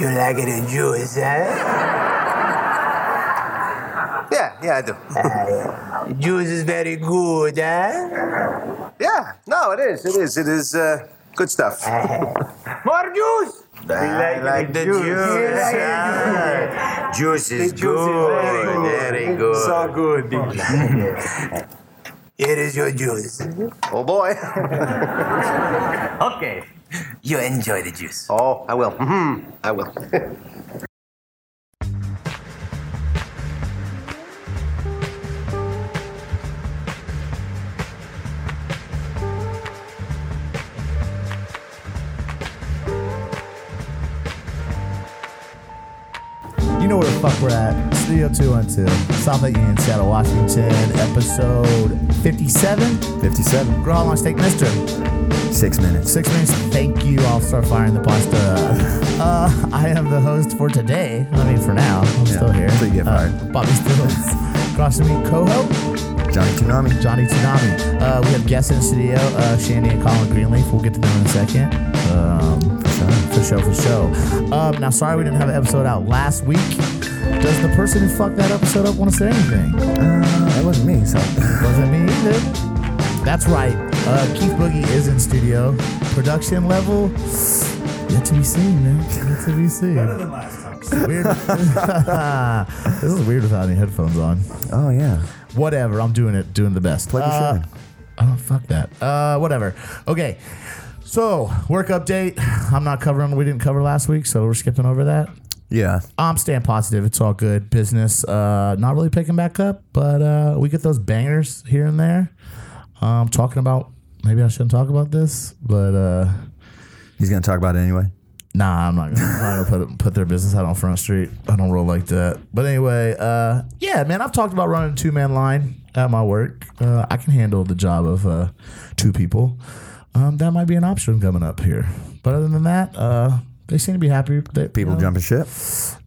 You like it in juice, eh? huh? Yeah, yeah, I do. juice is very good, eh? huh? Yeah, no, it is, it is, it is uh, good stuff. More juice! I like the juice. Yeah. huh? Juice is juice is very good, good. very good. good. Here is your juice. oh boy. Okay. You enjoy the juice. Oh, I will. hmm I will. You know where the fuck we're at. Studio 212, Summit Union, Seattle, Washington, episode 57. 57. Grow on steak, mister. Six minutes. Six minutes. Thank you. I'll start firing the pasta. Uh, I am the host for today. I mean, for now. I'm still here. until you get Uh, fired. Bobby Stills. Crossing me, Coho. Johnny Tsunami. Johnny Tsunami. Uh, we have guests in the studio, uh, Shandy and Colin Greenleaf. We'll get to them in a second. Um, for sure. For sure, for sure. Um, now, sorry we didn't have an episode out last week. Does the person who fucked that episode up want to say anything? Uh, that wasn't me, so. Wasn't me either. That's right. Uh, Keith Boogie is in studio. Production level, yet to be seen, man. Yet to be seen. Better than last time. Weird. this is weird without any headphones on. Oh, yeah. Whatever. I'm doing it. Doing the best. Plug your shit Uh, in. Oh fuck that. Uh, whatever. Okay. So work update. I'm not covering. We didn't cover last week, so we're skipping over that. Yeah. I'm staying positive. It's all good. Business, uh, not really picking back up, but uh, we get those bangers here and there. Um, talking about maybe I shouldn't talk about this, but uh, He's going to talk about it anyway. nah, I'm not gonna, I'm not gonna put put their business out on front street. I don't roll like that. But anyway, uh, yeah, man, I've talked about running a two man line at my work. Uh, I can handle the job of uh, two people. Um, that might be an option coming up here. But other than that, uh, they uh, seem to be happy. That, People you know, jumping ship.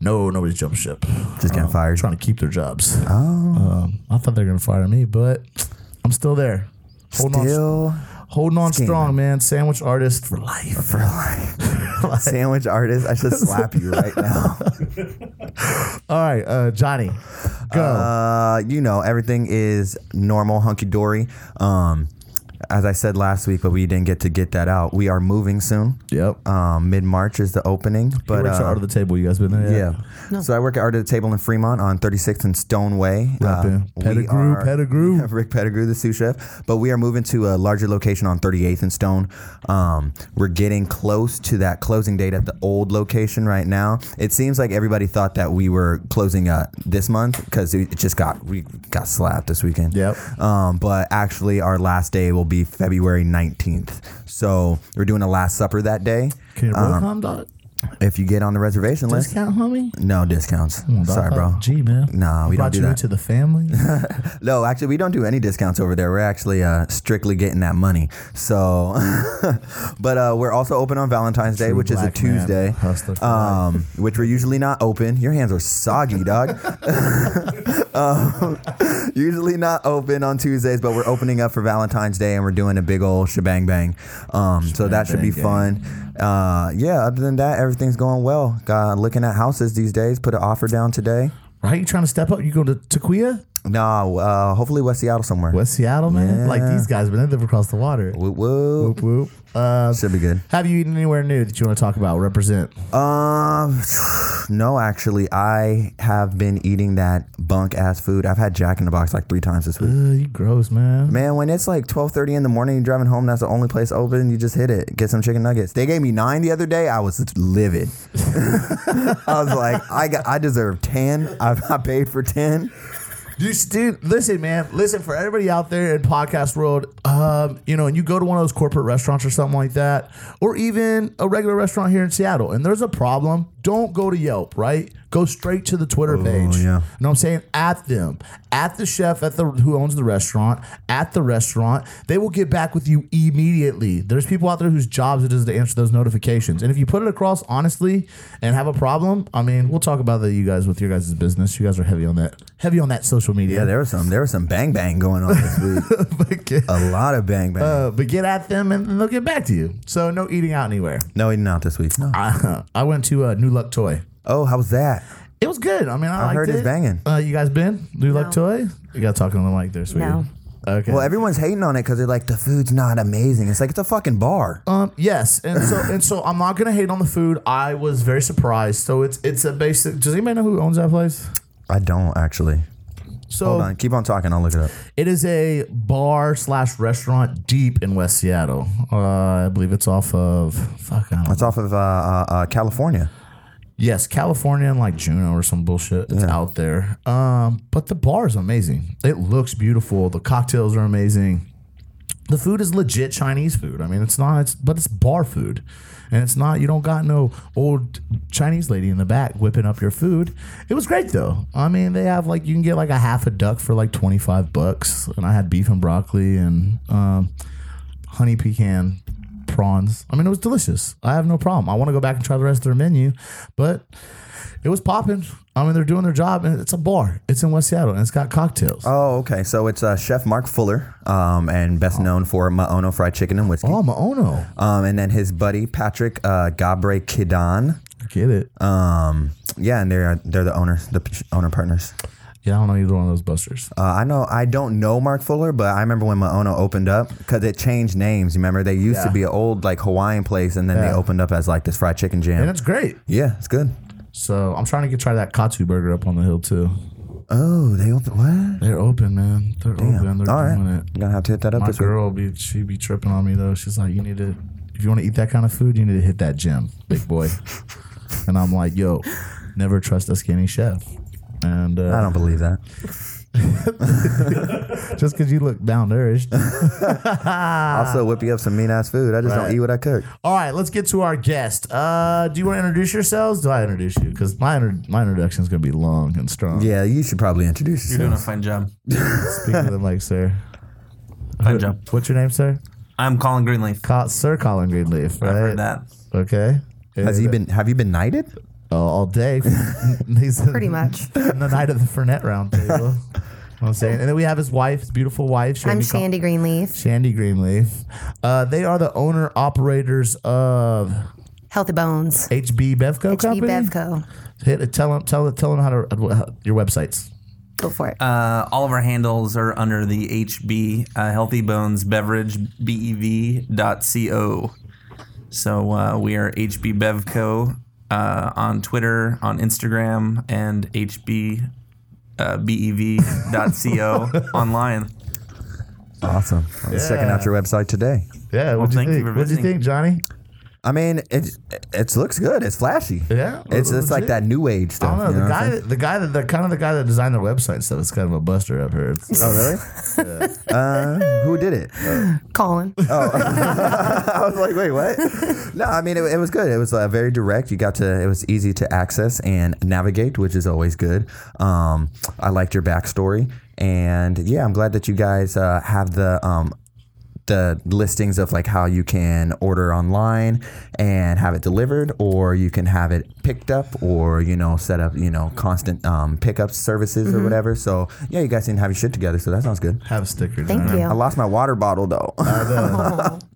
No, nobody's jumping ship. Just getting fired. Oh. Trying to keep their jobs. Oh. Um, I thought they were going to fire me, but I'm still there. Holding on, Still holding on scheming. strong, man. Sandwich artist for life. for life. Sandwich artist. I should slap you right now. All right, uh, Johnny, go. Uh, you know, everything is normal, hunky dory. Um, as I said last week, but we didn't get to get that out. We are moving soon. Yep. Um, Mid March is the opening, but but uh, out of the table. You guys been there? Yeah. So I work at Art at the Table in Fremont on 36th and Stoneway. Right there. we Pettigrew, Pettigrew. Rick Pettigrew, the sous chef. But we are moving to a larger location on 38th and Stone. Um, we're getting close to that closing date at the old location right now. It seems like everybody thought that we were closing uh, this month because it it just got we got slapped this weekend. Yep. Um, but actually, our last day will be February 19th. So we're doing a Last Supper that day. Can you Um, roll dog if you get on the reservation list, discount, homie? no discounts. Well, Sorry, dog, bro. Gee, man. Nah, we don't brought do you that. into the family. No, actually, we don't do any discounts over there. We're actually uh, strictly getting that money. So, but uh, we're also open on Valentine's Day, which is a black man. Tuesday, Hustler for um, which we're usually not open. Your hands are soggy, dog. Um, usually not open on Tuesdays, but we're opening up for Valentine's Day and we're doing a big old shebang bang. Um, so that should be fun. Shebang Uh, yeah, other than that, everything's going well. Got looking at houses these days. Put an offer down today. right? You trying to step up? You go to Tequila, No, uh, hopefully West Seattle somewhere. West Seattle, man. Yeah. Like these guys, but they live across the water. Whoop, whoop. Whoop whoop. Uh, Should be good. have you eaten anywhere new that you want to talk about? Represent. Uh, Um, no, actually, I have been eating that bunk ass food. I've had Jack in the Box like three times this week. Uh, you gross, man. Man, when it's like twelve thirty in the morning, you're driving home. That's the only place open. You just hit it. Get some chicken nuggets. They gave me nine the other day. I was livid. I was like, I got, I deserve ten. I, I paid for ten. You s- dude, listen, man. Listen for everybody out there in podcast world. Um, you know, and you go to one of those corporate restaurants or something like that, or even a regular restaurant here in Seattle, and there's a problem. Don't go to Yelp, right? Go straight to the Twitter page. yeah. You know what I'm saying? At them, at the chef, at the who owns the restaurant, at the restaurant, they will get back with you immediately. There's people out there whose jobs it is to answer those notifications. And if you put it across honestly and have a problem, I mean, we'll talk about that you guys with your guys' business. You guys are heavy on that. Heavy on that social media. Yeah, there was some. There was some bang bang going on this week. but, get, A lot of bang bang. uh, but get at them and they'll get back to you. So no eating out anywhere. no eating out this week. No. I, I went to uh, New Luck Toy. Oh, how was that? It was good. I mean, I, I heard liked it's it. banging. Uh, you guys been New Luck Toy? You got talking on the mic there, sweetie. No. Okay. Well, everyone's hating on it because they're like, the food's not amazing. It's like it's a fucking bar. Um, yes, and so and so, I'm not gonna hate on the food. I was very surprised. So it's it's a basic. Does anybody know who owns that place? I don't actually. So Hold on, keep on talking. I'll look it up. It is a bar slash restaurant deep in West Seattle. Uh, I believe it's off of fuck. I don't It's off of uh, uh, uh, California. Yes, California and like Juneau or some bullshit. It's out there. Um, but the bar is amazing. It looks beautiful. The cocktails are amazing. The food is legit Chinese food. I mean, it's not. It's but it's bar food, and it's not. You don't got no old Chinese lady in the back whipping up your food. It was great though. I mean, they have like you can get like a half a duck for like twenty five bucks, and I had beef and broccoli and um, honey pecan prawns. I mean, it was delicious. I have no problem. I want to go back and try the rest of their menu, but it was popping. I mean, they're doing their job, and it's a bar. It's in West Seattle, and it's got cocktails. Oh, okay. So it's uh, Chef Mark Fuller, um, and best known for Maono fried chicken and whiskey. oh, my oh no, Um, and then his buddy Patrick uh, Gabre Kidan. get it. Um, yeah, and they're they're the owners, the p- owner partners. yeah, I don't know either one of those busters. Uh, I know I don't know Mark Fuller, but I remember when Maono opened up because it changed names. You remember they used to Yeah. be an old like Hawaiian place, and then they Yeah. opened up as like this fried chicken jam. and it's great. yeah, it's good. So I'm trying to get try that katsu burger up on the hill too. Oh, they opened what? They're open, man. They're open. They're All right. doing it. Gonna have to hit that up My this week. girl be she be tripping on me though. She's like, you need to if you want to eat that kind of food, you need to hit that gym, big boy. and I'm like, yo, never trust a skinny chef. And uh, I don't believe that. just because you look malnourished. also, whip you up some mean ass food. I just Right. don't eat what I cook. All right, let's get to our guest. Uh, do you want to introduce yourselves? Do I introduce you? Because my inter- my introduction is gonna be long and strong. Yeah, you should probably introduce You're doing a yourself. fine job. Speaking of the mic, sir. Fine job. What's your name, sir? I'm Colin Greenleaf. Col- sir Colin Greenleaf. Right? I heard that. Okay. Has he been? Have you been knighted? Uh, all day? He's Mm-hmm. Pretty much. on the night of the Fernet Roundtable. I'm saying, and then we have his wife, his beautiful wife. I'm Col- Shandy Greenleaf, Shandy Greenleaf. Uh, they are the owner operators of Healthy Bones, HB Bevco HB Company. Bevco. Hit, tell them, tell, tell them how to uh, your websites. Go for it. Uh, all of our handles are under the HB uh, Healthy Bones Beverage BEV dot co. So uh, we are HB Bevco uh, on Twitter, on Instagram, and HB uh, BEV dot co online. Awesome. I was checking out your website today. Yeah, what'd thank you you think? for what'd you visiting. think, Johnny? I mean, it it looks good. It's flashy. Yeah, It's it's like legit. that new age I stuff. don't know. you The know what guy, I'm that- the guy that the kind of the guy that designed their website stuff is kind of a buster. I've heard. saying? Oh really? Uh, who did it? Colin. uh, I was like, wait, what? no, I mean, it, it was good. It was uh, very direct. You got to, it was easy to access and navigate, which is always good. Um, I liked your backstory. And yeah, I'm glad that you guys uh, have the, um, the listings of like how you can order online and have it delivered, or you can have it picked up, or you know, set up you know constant um, pickup services or whatever. So yeah, you guys didn't have your shit together, so that sounds good. Have a sticker. Thank Johnny. you. I lost my water bottle though.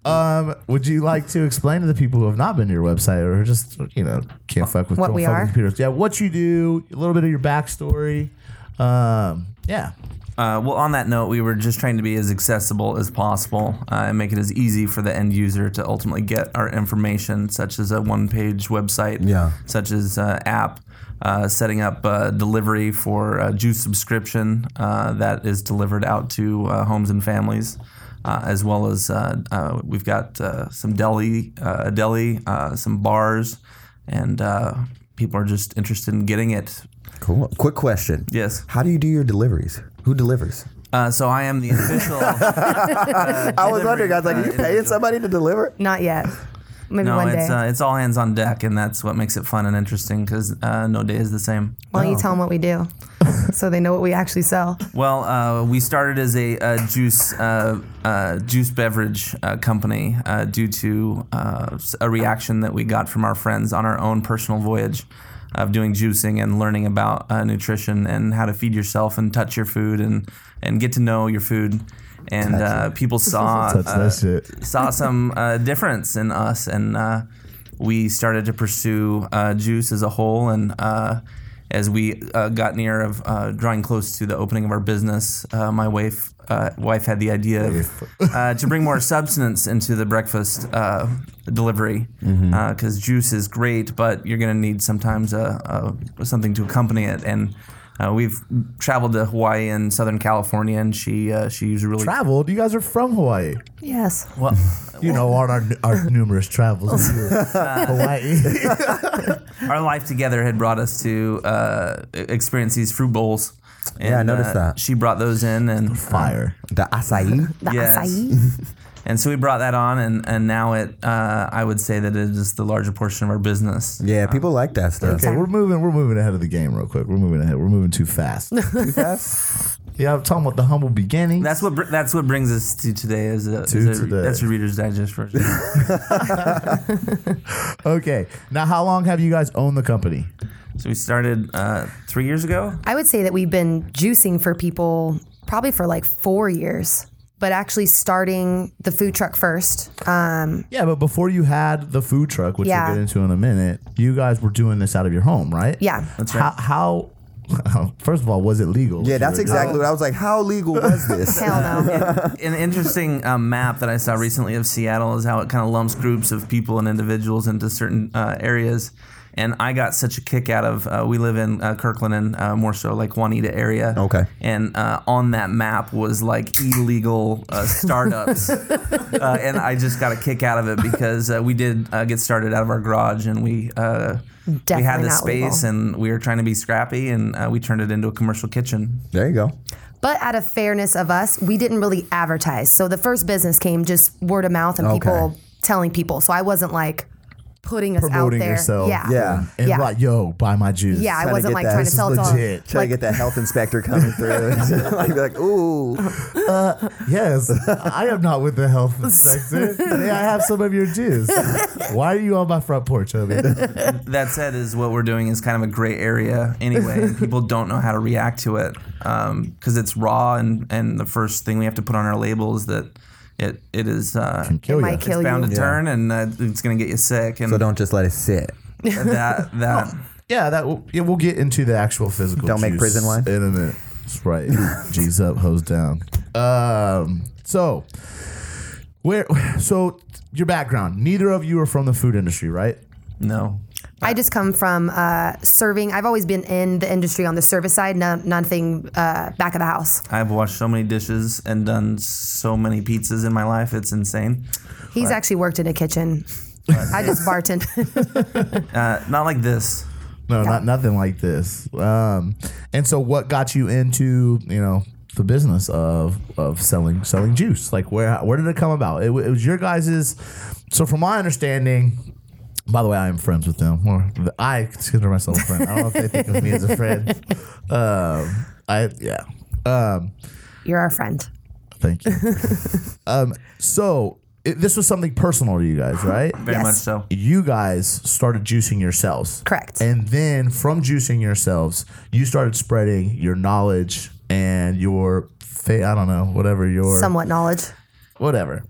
Um, would you like to explain to the people who have not been to your website or just you know can't fuck with What don't we fuck are? With computers? Yeah, what you do, a little bit of your backstory. Um, yeah, Uh, well, on that note, we were just trying to be as accessible as possible uh, and make it as easy for the end user to ultimately get our information, such as a one-page website, Yeah. such as uh, app, uh, setting up uh, delivery for uh, juice subscription uh, that is delivered out to uh, homes and families, uh, as well as uh, uh, we've got uh, some deli, uh, a deli, uh, some bars, and uh, people are just interested in getting it. Cool. Quick question. Yes. How do you do your deliveries? Who delivers? Uh, so I am the official. I was wondering. I was like, uh, are you paying somebody to deliver? Not yet. Maybe No, one day. it's uh, it's all hands on deck, and that's what makes it fun and interesting because uh, no day is the same. Why don't you tell them what we do so they know what we actually sell? Well, uh, we started as a, uh juice uh, uh, juice beverage uh, company uh, due to uh, s- a reaction that we got from our friends on our own personal voyage of doing juicing and learning about uh, nutrition and how to feed yourself and touch your food and and get to know your food. And uh, people saw Touch that uh, shit. saw some uh, difference in us and. Uh, we started to pursue uh, juice as a whole. And uh, as we uh, got near of uh, drawing close to the opening of our business, uh, my wife uh, wife had the idea of, uh, to bring more substance into the breakfast uh, delivery because juice is great, but you're going to need sometimes a, a, something to accompany it. And uh, we've traveled to Hawaii and Southern California, and she uh, she's really Traveled. You guys are from Hawayi. Yes. well. You know, on our, our numerous travels to Hawaii. our life together had brought us to uh, experience these fruit bowls. And, I noticed uh, that. She brought those in, and Fire. The acai. The Yes. acai. and so we brought that on, and and now it uh, I would say that it is the larger portion of our business. Yeah, people like that stuff. Okay, we're moving. We're moving ahead of the game, real quick. We're moving ahead. We're moving too fast. yeah, I'm talking about the humble beginning. That's what br- that's what brings us to today. Is a, is To a- today. that's your Reader's Digest version. Okay. Now, how long have you guys owned the company? so we started uh, three years ago. I would say that we've been juicing for people probably for like four years, but actually starting the food truck first. Uh, Um, Yeah, but before you had the food truck, which Yeah. we'll get into in a minute, you guys were doing this out of your home, right? Yeah. That's right. How? how first of all, was it legal? Yeah, that's exactly what I was like. How legal was this? hell no. An interesting um, map that I saw recently of Seattle is how it kind of lumps groups of people and individuals into certain uh, areas. And I got such a kick out of. Uh, we live in uh, Kirkland and uh, more so like Juanita area. Okay. And uh, on that map was like illegal uh, startups, uh, and I just got a kick out of it because uh, we did uh, get started out of our garage and we uh, we had Definitely the not legal. space and we were trying to be scrappy and uh, we turned it into a commercial kitchen. There you go. But out of fairness of us, we didn't really advertise. So the first business came just word of mouth and Okay. people telling people. So I wasn't like putting us Promoting out there. yourself. Yeah. Yeah. "Ah," And Yeah. right, yo, buy my juice. Yeah, I to wasn't get like that. trying This to is sell it legit. to Try to get that health inspector coming through. like, be like, ooh, Yes, I am not with the health inspector. May I have some of your juice? Why are you on my front porch, homie? that said is what we're doing is kind of a gray area anyway and people don't know how to react to it because it's raw and, and the first thing we have to put on our label is that it, it is uh, it Kill ya. might kill bound you. to turn and uh, it's going to get you sick and so don't just let it sit. that that Yeah, that will, yeah, we'll get into the actual physical. Don't make juice prison wine? in a minute. That's right. G's up, hose down. Um, so where? So your background. Neither of you are from the food industry, right? no I just come from uh, serving. I've always been in the industry on the service side, no, nothing uh, back of the house. I've washed so many dishes and done so many pizzas in my life it's insane He's actually worked in a kitchen. I just bartend. uh, not like this No, not nothing like this. Um, and so what got you into you know the business of of selling selling juice? Like where where did it come about? It, wa- it was your guys's. So from my understanding. By the way, I am friends with them. Or I consider myself a friend. I don't know if they think of me as a friend. Um, I yeah. Um, You're our friend. thank you. um, so it, this was something personal to you guys, right? very Yes. much so you guys started juicing yourselves. Correct. And then from juicing yourselves, you started spreading your knowledge and your fa- I don't know, whatever your Somewhat knowledge. whatever.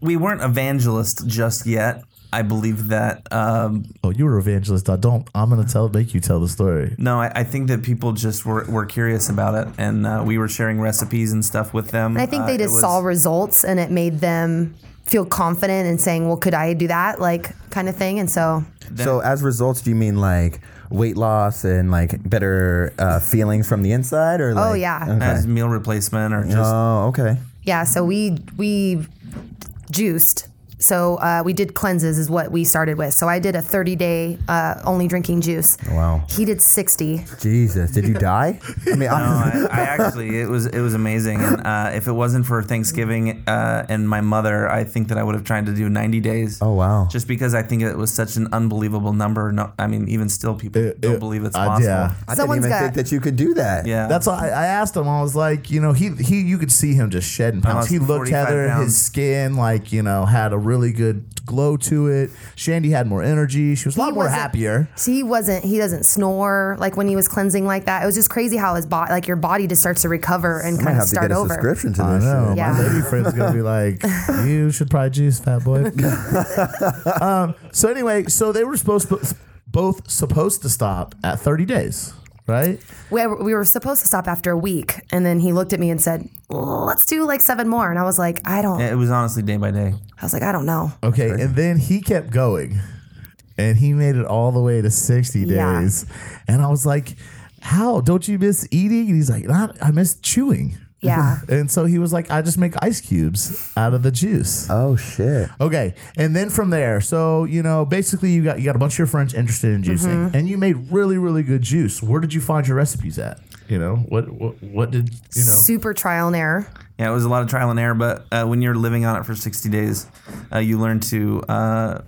we weren't evangelist just yet I believe that um, Oh, you were evangelist. I don't I'm going to tell make you tell the story. No, I, I think that people just were, were curious about it, and uh, we were sharing recipes and stuff with them. And I think Uh, they it just was- saw results and it made them feel confident and saying, well, could I do that? Like, kind of thing. And so, So as results, do you mean like weight loss and like better uh, feelings from the inside, or like, oh, yeah. as meal replacement or just oh okay, Yeah, so we we juiced. So uh, we did cleanses is what we started with. So I did a 30 day uh, only drinking juice. Wow. He did 60. Jesus, did you die? I mean, No, I'm, I, I actually it was it was amazing, and uh, if it wasn't for Thanksgiving uh, and my mother, I think that I would have tried to do 90 days. oh wow, Just because I think it was such an unbelievable number. No, I mean, even still, people It- don't it- believe it's I- possible. yeah. I didn't Someone's even got- think that you could do that. Yeah. That's why I, I asked him. I was like, you know, he he you could see him just shedding pounds. Almost He looked 45 Heather, pounds. his skin like, you know, had a really good glow to it. Shandy had more energy. She was a lot He more wasn't- happier. He wasn't. He doesn't snore like when he was cleansing like that. It was just crazy how his body, like your body, just starts to recover and I might kind of have to start get a over. subscription to I this. know. shit. Yeah. My lady friend's gonna be like, "You should probably juice, fat boy." um, so anyway, so they were supposed to, both supposed to stop at 30 days, right? We, we were supposed to stop after a week, and then he looked at me and said, "Let's do like seven more." And I was like, "I Eh. don't." It was honestly day by day. I was like, "I don't know." Okay, and then he kept going, and he made it all the way to 60 Yeah. days, and I was like, "How don't you miss eating?" And he's like, "Not, I miss chewing." Yeah. And so he was like, I just make ice cubes out of the juice. Oh shit. Okay, and then from there, so you know, basically, you got you got a bunch of your friends interested in juicing, and you made really, really good juice. Where did you find your recipes at? You know, what what what did you know? Super trial and error. Yeah, it was a lot of trial and error, but uh, when you're living on it for 60 days, uh, you learn to uh,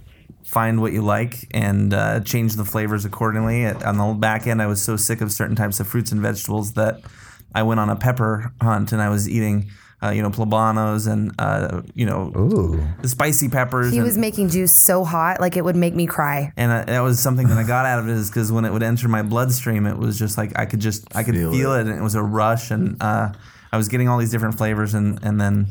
find what you like and uh, change the flavors accordingly. At, on the back end, I was so sick of certain types of fruits and vegetables that I went on a pepper hunt and I was eating, uh, you know, plobanos and, uh, you know, the spicy peppers. He and, was making juice so hot, like it would make me cry. and I, that was something that I got out of it is because when it would enter my bloodstream, it was just like I could just I could Feel feel, it. and it was a rush, and uh, I was getting all these different flavors, and and then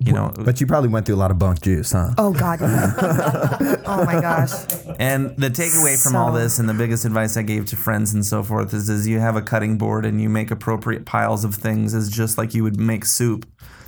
you know, But you probably went through a lot of bunk juice, huh? Oh God. oh my gosh. and the takeaway from So- all this, and the biggest advice I gave to friends and so forth is, is you have a cutting board and you make appropriate piles of things, is just like you would make soup.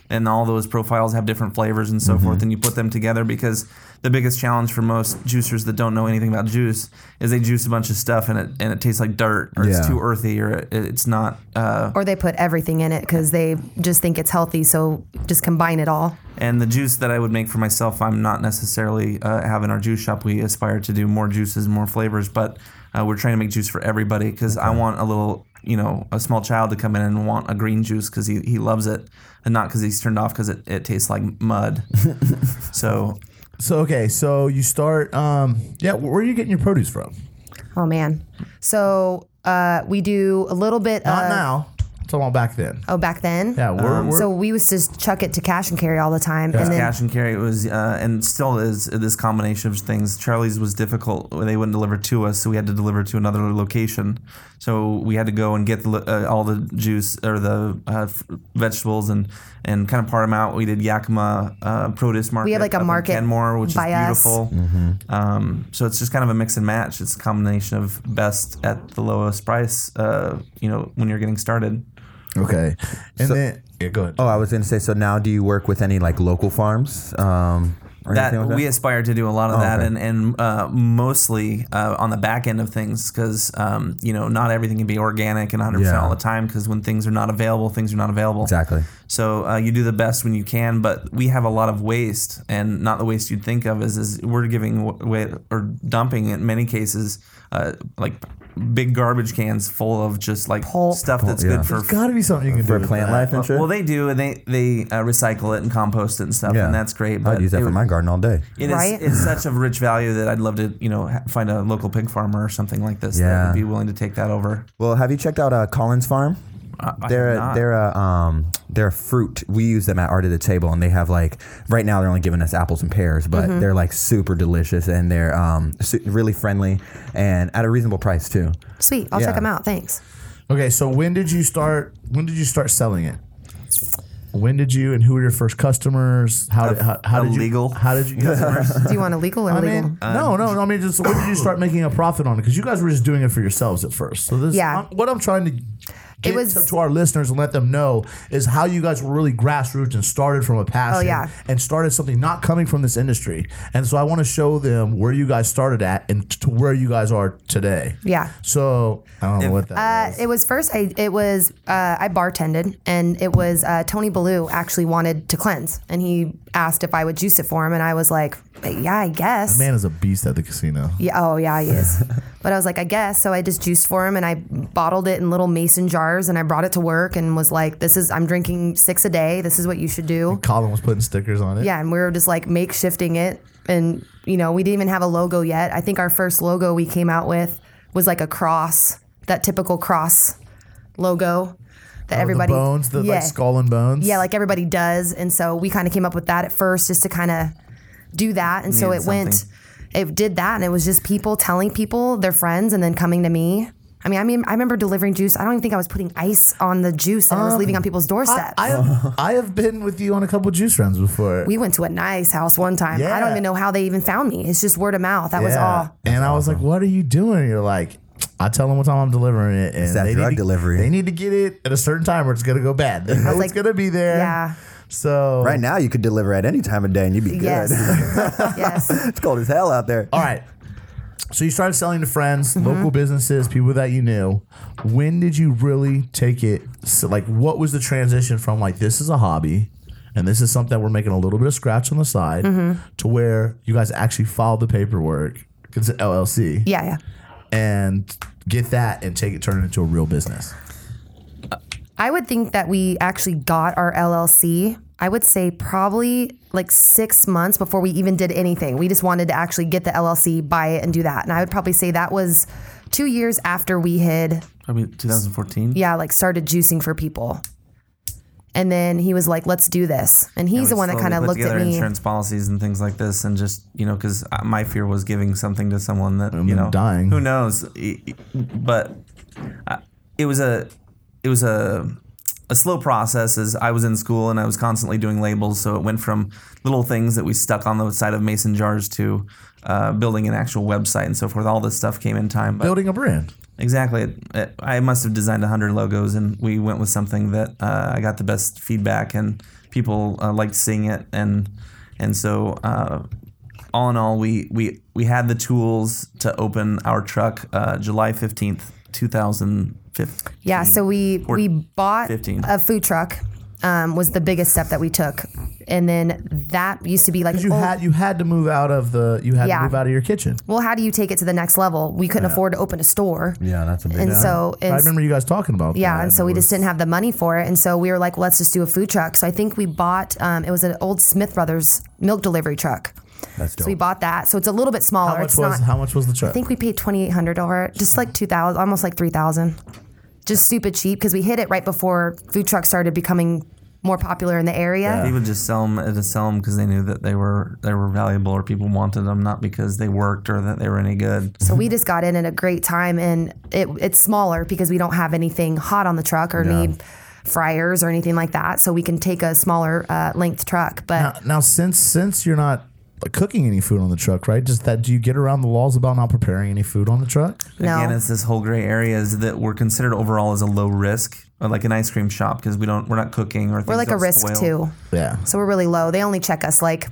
And all those profiles have different flavors and so forth, and you put them together because the biggest challenge for most juicers that don't know anything about juice is they juice a bunch of stuff and it and it tastes like dirt or Yeah. it's too earthy or it, it's not uh, Or they put everything in it because they just think it's healthy, so just combine it all. And the juice that I would make for myself, I'm not necessarily uh, have in our juice shop. We aspire to do more juices, more flavors, but uh, we're trying to make juice for everybody because I want a little, you know, a small child to come in and want a green juice because he, he loves it and not because he's turned off because it, it tastes like mud. so So okay, so you start. Um, yeah, where are you getting your produce from? Oh man. So uh, we do a little bit. Not of, now. It's all back then. Oh, back then. Yeah, we're, we're um, So we was just chuck it to cash and carry all the time, and then cash and carry it was uh, and still is this combination of things charlie's was difficult they wouldn't deliver to us so we had to deliver to another location so we had to go and get the, lo- uh, all the juice or the uh, f- vegetables and and kind of part them out we did yakima uh, produce market like, a up in market kenmore which is by us. beautiful um, so it's just kind of a mix and match it's a combination of best at the lowest price uh, you know when you're getting started okay, and then yeah, go ahead. Oh, I was gonna say. So now, do you work with any like local farms? Um, or that, anything like we aspire to do a lot of that Oh, okay. and, and uh, mostly uh, on the back end of things because um, you know not everything can be organic and 100% Yeah. all the time because when things are not available things are not available Exactly. so uh, you do the best when you can but we have a lot of waste and not the waste you'd think of is, is we're giving away or dumping in many cases uh, like big garbage cans full of just like stuff that's yeah. good for There's got to be something you can do for with plant that. life and shit. well they do and they they uh, recycle it and compost it and stuff and that's great but I'd use that it for would- my garden all day. it is- Right? it's such a rich value that I'd love to, you know, ha- find a local pig farmer or something like this that Yeah. would be willing to take that over. Well, have you checked out uh, Collins Farm? I they're have not. they're a um they're a fruit. We use them at Art of the Table, and they have like right now they're only giving us apples and pears, but they're like super delicious and they're um su- really friendly and at a reasable price too. sweet, I'll check Yeah. them out. Thanks. Okay, so when did you start? When did you start selling it? When did you and who were your first customers? How did how, how did you Illegal. How did you customers? Do you want illegal or I legal? mean, no, no, no. I mean, just when did you start making a profit on it? Because you guys were just doing it for yourselves at first. So this, Yeah. I'm- what I'm trying to get was- to, to our listeners and let them know is how you guys were really grassroots and started from a passion Oh, yeah. and started something not coming from this industry. And so I want to show them where you guys started at and to where you guys are today. Yeah. So I don't know what that Uh, it was first. I it was uh, I bartended, and it was uh, Tony Ballou actually wanted to cleanse, and he asked if I would juice it for him, and I was like, yeah, I guess. Man is a beast at the casino. Yeah. Oh, yeah, he is. but I was like, I guess. So I just juiced for him, and I bottled it in little mason jars, and I brought it to work, and was like, this is I'm drinking six a day. This is what you should do. Colin was putting stickers on it. Yeah, and we were just like makeshifting it, and you know, we didn't even have a logo yet. I think our first logo we came out with was like a cross, that typical cross logo that everybody Oh, the bones, the yeah, like skull and bones. yeah, like everybody does. And so we kind of came up with that at first, just to kind of do that. And so it Needed went, it did that. And it was just people telling people, their friends, and then coming to me. I mean, I mean, I remember delivering juice. I don't even think I was putting ice on the juice that I was leaving on people's doorsteps. I have, I have been with you on a couple juice runs before. we went to a nice house one time. I Yeah. don't even know how they even found me. It's just word of mouth. That was all. And I was like, "What are you doing?" And you're like, "I tell them what time I'm delivering it, and that they drug need to, delivery. They need to get it at a certain time, or it's gonna go bad. They know it's like, gonna be there. yeah. So Right now, you could deliver at any time of day and you'd be good. Yes. yes. it's cold as hell out there. all right. So you started selling to friends, Mm-hmm. local businesses, people that you knew. When did you really take it? So like, what was the transition from like this is a hobby, and this is something that we're making a little bit of scratch on the side, Mm-hmm. to where you guys actually filed the paperwork, it's an LLC, Yeah. Yeah. and get that and take it, turn it into a real business. I would think that we actually got our LLC. I would say probably like six months before we even did anything. We just wanted to actually get the LLC, buy it, and do that. And I would probably say that was two years after we had, Probably 2014. yeah, like started juicing for people. And then he was like, let's do this. And he's We the one that slowly kind of put looked at together me. Insurance policies and things like this, and just you know, because my fear was giving something to someone that you know, dying. Who knows? E- e- But uh, it was a, it was a, a slow process. As I was in school and I was constantly doing labels, so it went from little things that we stuck on the side of mason jars to uh, building an actual website and so forth. All this stuff came in time. But Building a brand. Exactly. It- it- I must have designed 100 logos, and we went with something that uh, I got the best feedback, and people uh, liked seeing it, and and so uh, all in all, we we we had the tools to open our truck uh, July 15th, 2015. Yeah, so we we bought 15. a food truck. Um, was the biggest step that we took, and then that used to be like, You oh, had you had to move out of the you had Yeah. to move out of your kitchen. well, how do you take it to the next level? We couldn't afford to open a store. Yeah, that's a big and deal. so and I remember you guys talking about that. yeah, and so we It just was- didn't have the money for it, and so we were like, let's just do a food truck. So I think we bought um, it was an old Smith Brothers milk delivery truck. That's dope. So we bought that. So it's a little bit smaller. How much it's was not. how much was the truck? I think we paid twenty eight hundred over it, just like two thousand, almost like three thousand, just super cheap because we hit it right before food trucks started becoming more popular in the area. People just sell them to sell them because they knew that they were they were valuable, or people wanted them not because they worked or that they were any good. So we just got in at a great time, and it, it's smaller because we don't have anything hot on the truck or need fryers or anything like that. So we can take a smaller uh, length truck, but. now, now since since you're not like, cooking any food on the truck, right? Just that do you get around the laws about not preparing any food on the truck? No. Again, it's this whole gray area is that we're considered overall as a low risk, or like an ice cream shop because we don't we're not cooking or We're like a risk too. Yeah. So we're really low. They only check us like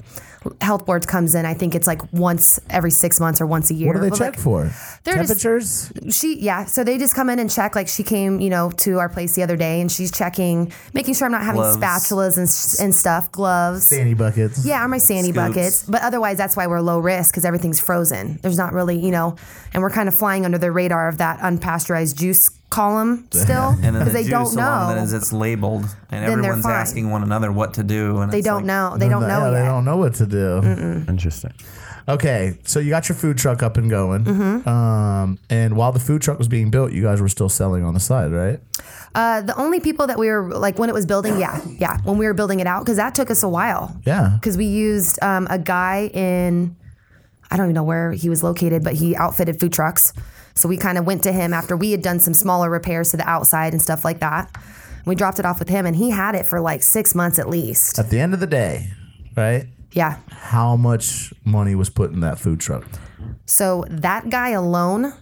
health boards comes in. I think it's like once every six months or once a year. What do they But, check like, for? they're just- Temperatures. she yeah so they just come in and check like she came you know to our place the other day and she's checking making sure i'm not having Gloves. spatulas and, s- and stuff gloves Sandy buckets. yeah, or my sandy Scoops. buckets. But otherwise, that's why we're low risk because everything's frozen. There's not really, you know, and we're kind of flying under the radar of that unpasteurized juice column still And then because they the juice don't know. That is, it's labeled, and they're everyone's fine. asking one another what to do. And they it's don't like, know. They don't Yeah, know They yet. don't know what to do. Interesting. Okay, so you got your food truck up and going, Mm-hmm. um, and while the food truck was being built, you guys were still selling on the side, right? Uh, the only people that we were like when it was building, yeah, yeah, when we were building it out because that took us a while. Yeah. because we used um, a guy in I don't even know where he was located, but he outfitted food trucks. So we kind of went to him after we had done some smaller repairs to the outside and stuff like that. We dropped it off with him, and he had it for like six months at least. At the end of the day, right? Yeah. How much money was put in that food truck? So that guy alone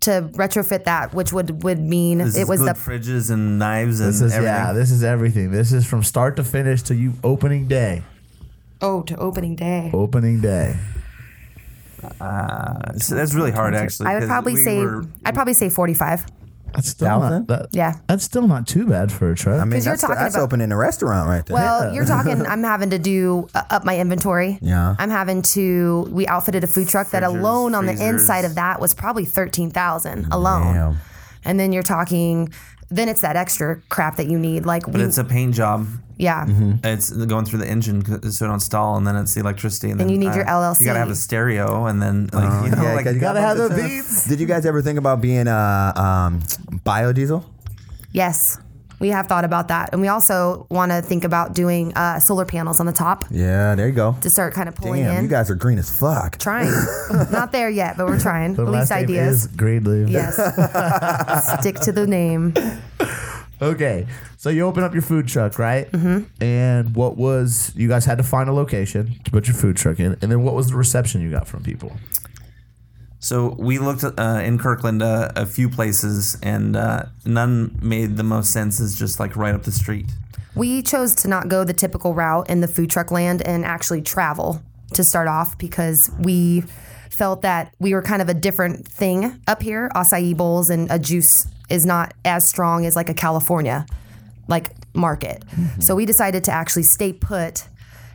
to retrofit that, which would would mean This it was good the fridges and knives and This is everything. yeah. This is everything. This is from start to finish to you opening day. oh to opening day. Opening day. Uh, so that's really hard, actually. I would 'cause probably we say were- I'd probably say forty five. That's still Thousand? not. That, Yeah. That's still not too bad for a truck. I mean, 'Cause you're that's, talking that's about- opening a restaurant right there. Well, you're talking. I'm having to do uh, up my inventory. Yeah. I'm having to. We outfitted a food truck that Fridges, alone on the freezers. inside of that was probably thirteen thousand alone. Damn. And then you're talking. Then it's that extra crap that you need, like But we- it's a paint job. yeah. Mm-hmm. It's going through the engine 'cause- so it don't stall, and then it's the electricity, and, then uh, you need your LLC. You gotta have a stereo, and then like Oh, you know, Oh yeah, like 'cause you Gotta got have a the bunch of- beats. Did you guys ever think about being uh, um, biodiesel? Yes, we have thought about that, and we also want to think about doing uh, solar panels on the top Yeah, there you go. to start kind of pulling Damn, in. you guys are green as fuck. trying, not there yet, but we're trying. The At last least name ideas. is Greenleaf. yes, stick to the name. Okay, so you open up your food truck, right? Mm-hmm. And what was you guys had to find a location to put your food truck in, and then what was the reception you got from people? So we looked uh, in Kirkland uh, a few places, and uh, none made the most sense. Is just like right up the street. We chose to not go the typical route in the food truck land and actually travel to start off because we felt that we were kind of a different thing up here. Acai bowls and a juice is not as strong as like a California like market. So we decided to actually stay put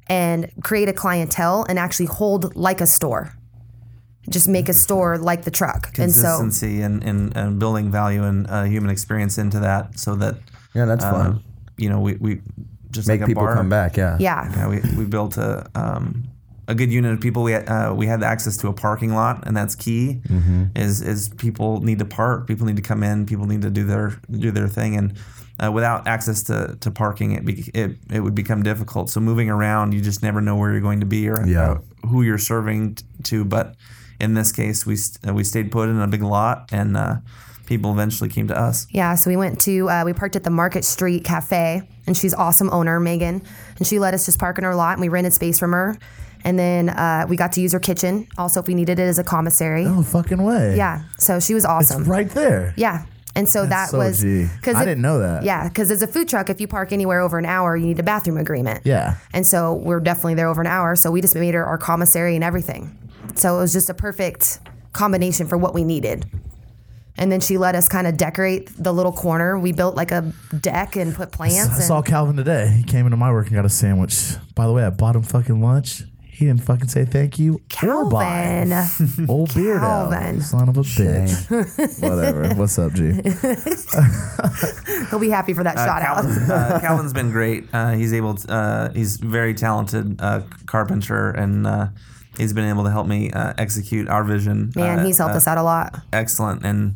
and create a clientele and actually hold like a store. Just make a store like the truck. And so Consistency and, and, and building value and uh, human experience into that, so that uh, Yeah, that's fun. You know, we, we just Make like a Uh, people bar. come back. Yeah. yeah. Yeah, we, we built a um, a good unit of people. We had, uh, we had access to a parking lot, and that's key. Is is people need to park, people need to come in, people need to do their do their thing, and uh, without access to, to parking, it, be, it it would become difficult. So moving around, you just never know where you're going to be or Yeah. uh, who you're serving t- to. But in this case, we st- uh, we stayed put in a big lot, and uh, people eventually came to us. Yeah, so we went to uh, we parked at the Market Street Cafe, and she's awesome owner Megan, and she let us just park in her lot, and we rented space from her, and then uh, we got to use her kitchen also if we needed it as a commissary. No fucking way. Yeah, so she was awesome. Oh. right there. Yeah, and so that so was G. I it- didn't know that. Yeah, because as a food truck, if you park anywhere over an hour, you need a bathroom agreement. Yeah. and so we're definitely there over an hour, so we just made her our commissary and everything. So it was just a perfect combination for what we needed. And then she let us kind of decorate the little corner. We built like a deck and put plants. I saw and Calvin today. He came into my work and got a sandwich. By the way, I bought him fucking lunch. He didn't fucking say thank you. Or bye. Calvin. Old beard Calvin. out. Son of a bitch. Whatever. What's up, G? He'll be happy for that shot out. Calvin, uh, Calvin's been great. Uh, he's able. To, uh, he's very talented uh, carpenter, and uh, he's been able to help me uh, execute our vision. Man, uh, he's helped uh, us out a lot. Excellent, and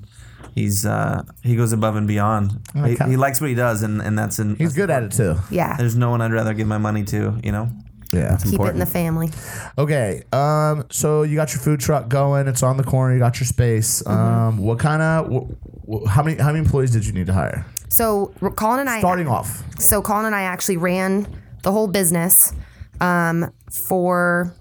he's uh, he goes above and beyond. he, Cal- he likes what he does, and, and that's in. He's good at it too. Yeah. There's no one I'd rather give my money to. You know. Yeah. Keep it in the family. Okay. Um. So you got your food truck going. It's on the corner. You got your space. Mm-hmm. Um. What kind of? Wh- wh- how many? How many employees did you need to hire? So Colin and I Starting off. so Colin and I actually ran the whole business um, for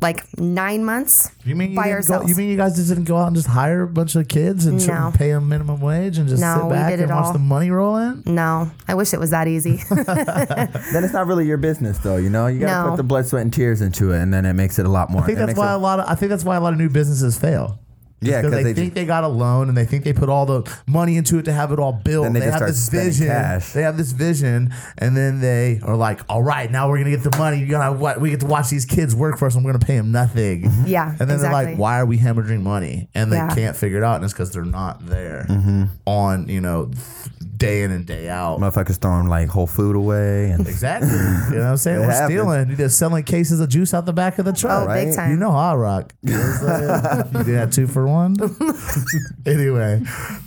like nine months. You mean you, By didn't go, ourselves. you mean you guys just didn't go out and just hire a bunch of kids and no. No. pay them minimum wage and just No, sit we back did it and watch all. the money roll in? No, I wish it was that easy. Then it's not really your business, though. You know, you gotta No. put the blood, sweat, and tears into it, and then it makes it a lot more. I think that's why a lot of I think that's why a lot of new businesses fail. Yeah, because 'cause they, they think ju- they got a loan and they think they put all the money into it to have it all built. Then they just have start this spending vision. cash. They have this vision, and then they are like, "All right, now we're gonna get the money. You're gonna have what? We get to watch these kids work for us. and we're gonna pay them nothing." Mm-hmm. Yeah, and then they're exactly. like, "Why are we hemorrhaging money?" And they Yeah. can't figure it out, and it's because they're not there Mm-hmm. on you know day in and day out. motherfuckers throwing like whole food away, and Exactly. You know what I'm saying? We're happens. stealing. You're just selling cases of juice out the back of the truck. Oh, big Right. time. You know how I rock. you did that two for one. anyway.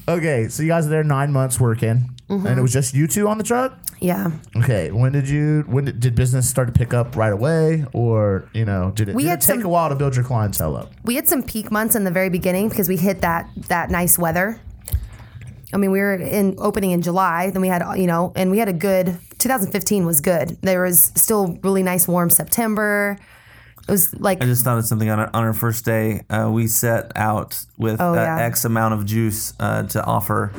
Okay, so you guys are there nine months working. And it was just you two on the truck? yeah. Okay. When did you when did, did business start to pick up right away? Or, you know, did it, We did had it take some- a while to build your clientele up? We had some peak months in the very beginning because we hit that that nice weather. I mean, we were in opening in July, then we had, you know, and we had a good 2015 was good. There was still really nice warm September. It was like I just thought of something on our, on our first day. Uh, we set out with Oh, uh, yeah. X amount of juice uh, to offer,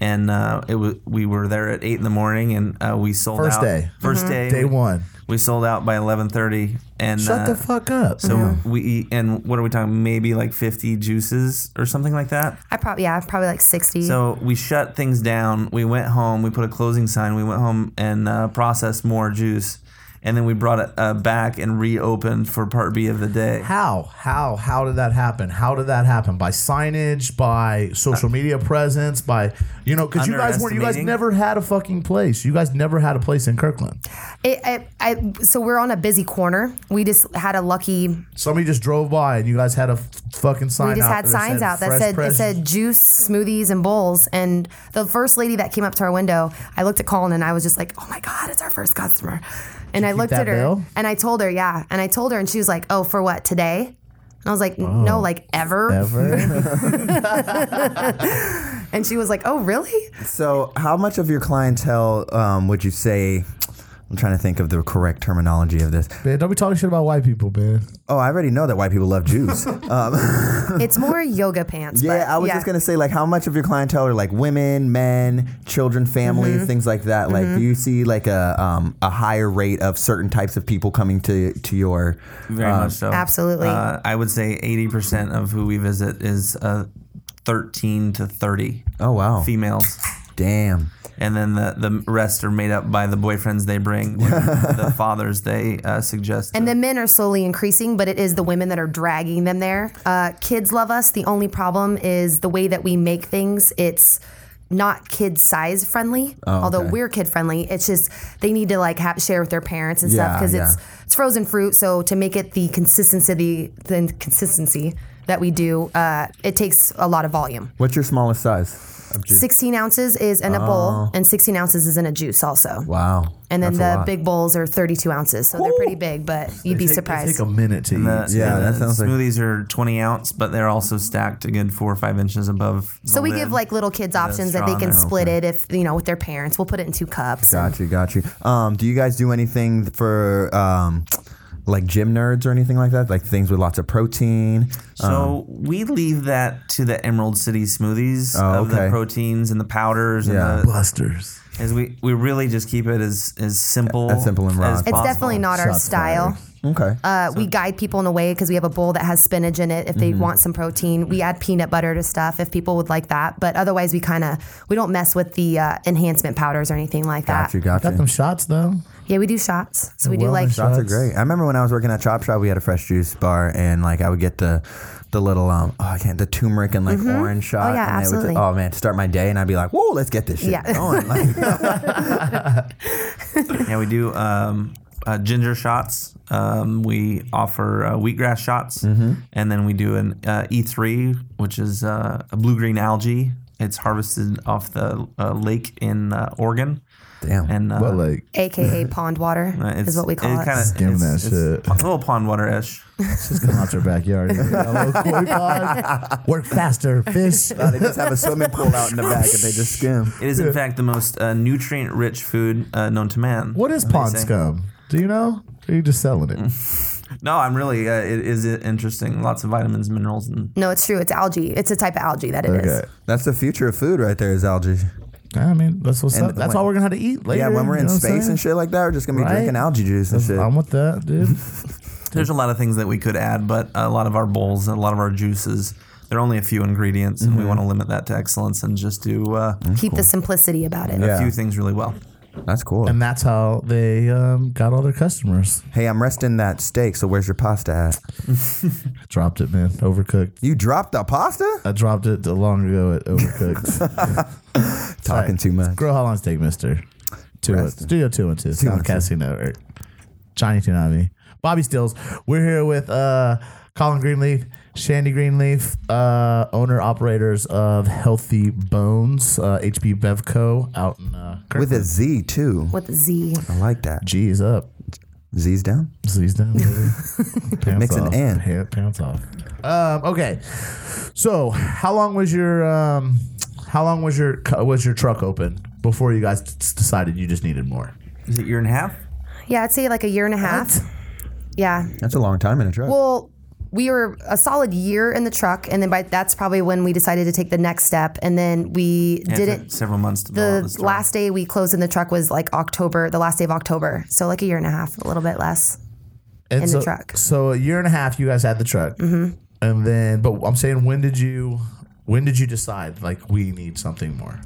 and uh, it wa we were there at eight in the morning, and uh, we sold First out. day. 1st Mm-hmm. day, Day we- one. We sold out by eleven thirty, and Shut uh, the fuck up. So we and what are we talking? Maybe like fifty juices or something like that. I probably yeah, probably like 60. So we shut things down. We went home. We put a closing sign. We went home and uh, processed more juice. and then we brought it uh, back and reopened for Part B of the day. How? How? How did that happen? How did that happen? By signage, by social media presence, by you know, because you guys weren't. You guys Uh, Underestimating? never had a fucking place. You guys never had a place in Kirkland. It, I, I, so we're on a busy corner. We just had a lucky. Somebody just drove by, and you guys had a f- fucking sign. We just out had that signs out that fresh said press- it said juice, smoothies, and bowls. And the first lady that came up to our window, I looked at Colin and I was just like, "Oh my god, it's our first customer." And I keep looked that at her bill? and I told her, "Yeah." And I told her, and she was like, "Oh, for what today?" And I was like, "No, like ever." Oh. ever. And she was like, "Oh, really?" So, how much of your clientele um, would you say? I'm trying to think of the correct terminology of this. man, don't be talking shit about white people, man. Oh, I already know that white people love Jews. It's more yoga pants. yeah, but I was just gonna say like how much of your clientele are like women, men, children, families, Mm-hmm. things like that. Like, do you see like a um, a higher rate of certain types of people coming to to your? Very much so. absolutely. Uh, I would say 80% of who we visit is uh, 13 to 30 Oh wow, females. damn. And then the, the rest are made up by the boyfriends they bring, or the fathers they uh, suggest. And the men are slowly increasing, but it is the women that are dragging them there. Uh, kids love us. The only problem is the way that we make things. It's not kid size friendly, Oh, although we're kid friendly. It's just they need to like have, share with their parents and stuff Yeah, because it's yeah. it's frozen fruit. So to make it the consistency the consistency that we do, uh, it takes a lot of volume. What's your smallest size? Of Jews? 16 ounces is in a bowl, and 16 ounces is in a juice also. Oh. Wow. And then That's a the lot. big bowls are 32 ounces, so they're pretty big, but you'd be Take- surprised. Take a minute to eat. The- Yeah, the that sounds like- uh, smoothies are 20 ounce, but they're also stacked a good four or five inches above. the So we lid. give like little kids options that they straw can in there, split it if you know with their parents. We'll put it in two cups. and- Got you, got you. Um, do you guys do anything for um, like gym nerds or anything like that? Like things with lots of protein? So we leave that to the Emerald City smoothies Oh, of the okay. proteins and the powders. Yeah. And the, Busters. as we, we really just keep it as, as simple As simple and raw as as It's possible. definitely not our Shots style. Okay. Uh, we guide people in a way because we have a bowl that has spinach in it if they want some protein. We add peanut butter to stuff if people would like that. But otherwise, we kind of we don't mess with the uh, enhancement powders or anything like got that. you, got Got you. them shots though. Yeah, we do shots. So we do Wellness like shots. Shots are great. I remember when I was working at Chop Shop, we had a fresh juice bar, and like I would get the the little um oh I can't the turmeric and like orange shot. Oh, yeah, and it would- absolutely. oh man, to start my day, and I'd be like, whoa, let's get this shit Yeah. going. Like, Yeah, we do um, uh, ginger shots. Um, we offer uh, wheatgrass shots, Mm-hmm. and then we do an uh, E3, which is uh, a blue green algae. It's harvested off the uh, lake in uh, Oregon. Damn. And uh, like AKA pond water uh, it's- is what we call it. kinda- Skim it's- that it's shit. A little pond water ish. just come out your backyard. Hello, koi pond. Work faster, fish. oh, they just have a swimming pool out in the back, and they just skim. It is in fact the most uh, nutrient rich food uh, known to man. What is pond say. scum? Do you know? Or are you just selling it? Mm. No, I'm really. Uh, it is interesting. Lots of vitamins, minerals, and No, it's true. It's algae. It's a type of algae that it is. Okay. That's the future of food, right there, is algae. I mean, that's what's And up. That's when- all we're gonna have to eat later. yeah, when we're you in know what I'm space saying? and shit like that, we're just gonna be Right? drinking algae juice and shit. I'm with that, dude. There's a lot of things that we could add, but a lot of our bowls and a lot of our juices, they're only a few ingredients, and we Mm-hmm. want to limit that to excellence and just do uh, Keep the simplicity about it. a Yeah. few things really well. That's cool. and that's how they um, got all their customers. hey, I'm resting that steak. So where's your pasta at? Dropped it, man. Overcooked. You dropped the pasta? I dropped it long ago at Overcooked. Talking too much. Grow how long steak, Mister? Two Rest in- Studio Two and Two. South and Two. Casting Network. Johnny Tsunami, Bobby Stills. We're here with uh, Colin Greenleaf, Shandy Greenleaf, uh, owner operators of Healthy Bones, uh, HB Bevco, out in uh, With a Z too. With Z. I like that. G's up. Z's down. So he's down. baby. pants Mix an off. and. Pa- pants off. Um, okay. So how long was your um, how long was your cu- was your truck open before you guys t- decided you just needed more? Is it year and a half? Yeah, I'd say like a year and a half. Yeah. That's a long time in a truck. Well, we were a solid year in the truck, and then by that's probably when we decided to take the next step. And then we Yeah, it took didn't. several months to build out The this story. last day we closed in the truck was like October, the last day of October. So like a year and a half, a little bit less. And In so, the truck. So a year and a half, you guys had the truck, mm-hmm. and then but I'm saying when did you when did you decide like we need something more?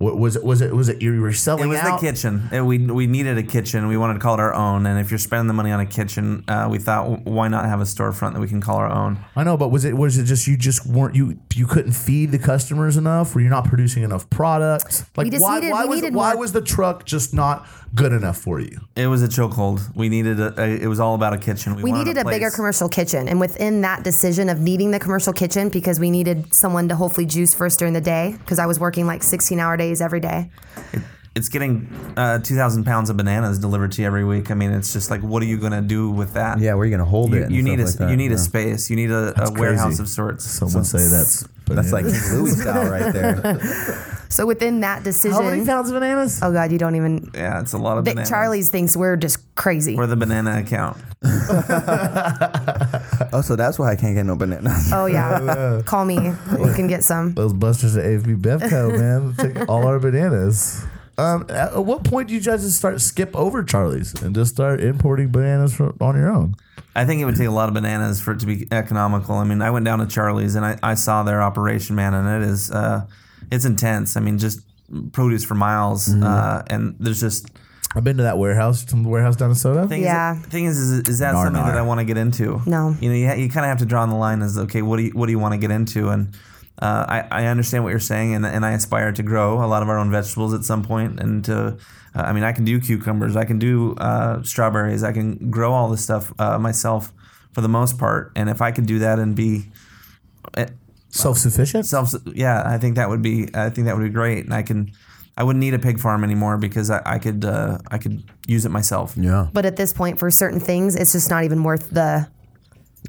Wa- Was it was it was it you were selling It was out? the kitchen. And we we needed a kitchen. We wanted to call it our own. And if you're spending the money on a kitchen, uh, we thought, "W- why not have a storefront that we can call our own? I know, but was it was it just you just weren't you you couldn't feed the customers enough? Were you not producing enough product? Like We just why needed- why we was needed why more- was the truck just not good enough for you? It was a chokehold. We needed a, a. It was all about a kitchen. We, We wanted needed a, bigger place. commercial kitchen. And within that decision of needing the commercial kitchen, because we needed someone to hopefully juice first during the day, because I was working like 16 hour days every day. It's getting uh, two thousand pounds of bananas delivered to you every week. I mean, it's just like, what are you gonna do with that? Yeah, where you gonna hold You, it? and you need a stuff like that, you need yeah. a space. You need a, a warehouse crazy. of sorts. Someone say that's That's like King Louis style right there. So within that how many decision, pounds of bananas? oh God, you don't even. yeah, it's a lot of Big bananas. Charlie's thinks we're just crazy. We're the banana account. Oh, so that's why I can't get no bananas. oh, yeah. Call me. You can get some. Those busters at AFB Bevco, man, take all our bananas. Um, at at what point do you guys just start skip over Charlie's and just start importing bananas from, on your own? I think it would take a lot of bananas for it to be economical. I mean, I went down to Charlie's and I, I saw their operation, man, and it is uh, it's intense. I mean, just produce for miles, Mm-hmm. uh, and there's just I've been to that warehouse, some warehouse down in Soda. thing Yeah. Is, thing is, is, is that Gnar, something gnar. that I want to get into? No. You know, you, ha- you kind of have to draw on the line as okay, what do you what do you want to get into? And uh, I I understand what you're saying, and and I aspire to grow a lot of our own vegetables at some point, and to. Uh, I mean, I can do cucumbers, I can do uh, strawberries, I can grow all this stuff uh, myself for the most part. And if I could do that and be Self sufficient? self yeah i think that would be i think that would be great and i can i wouldn't need a pig farm anymore because i, I could uh, i could use it myself yeah. But at this point, for certain things, it's just not even worth the.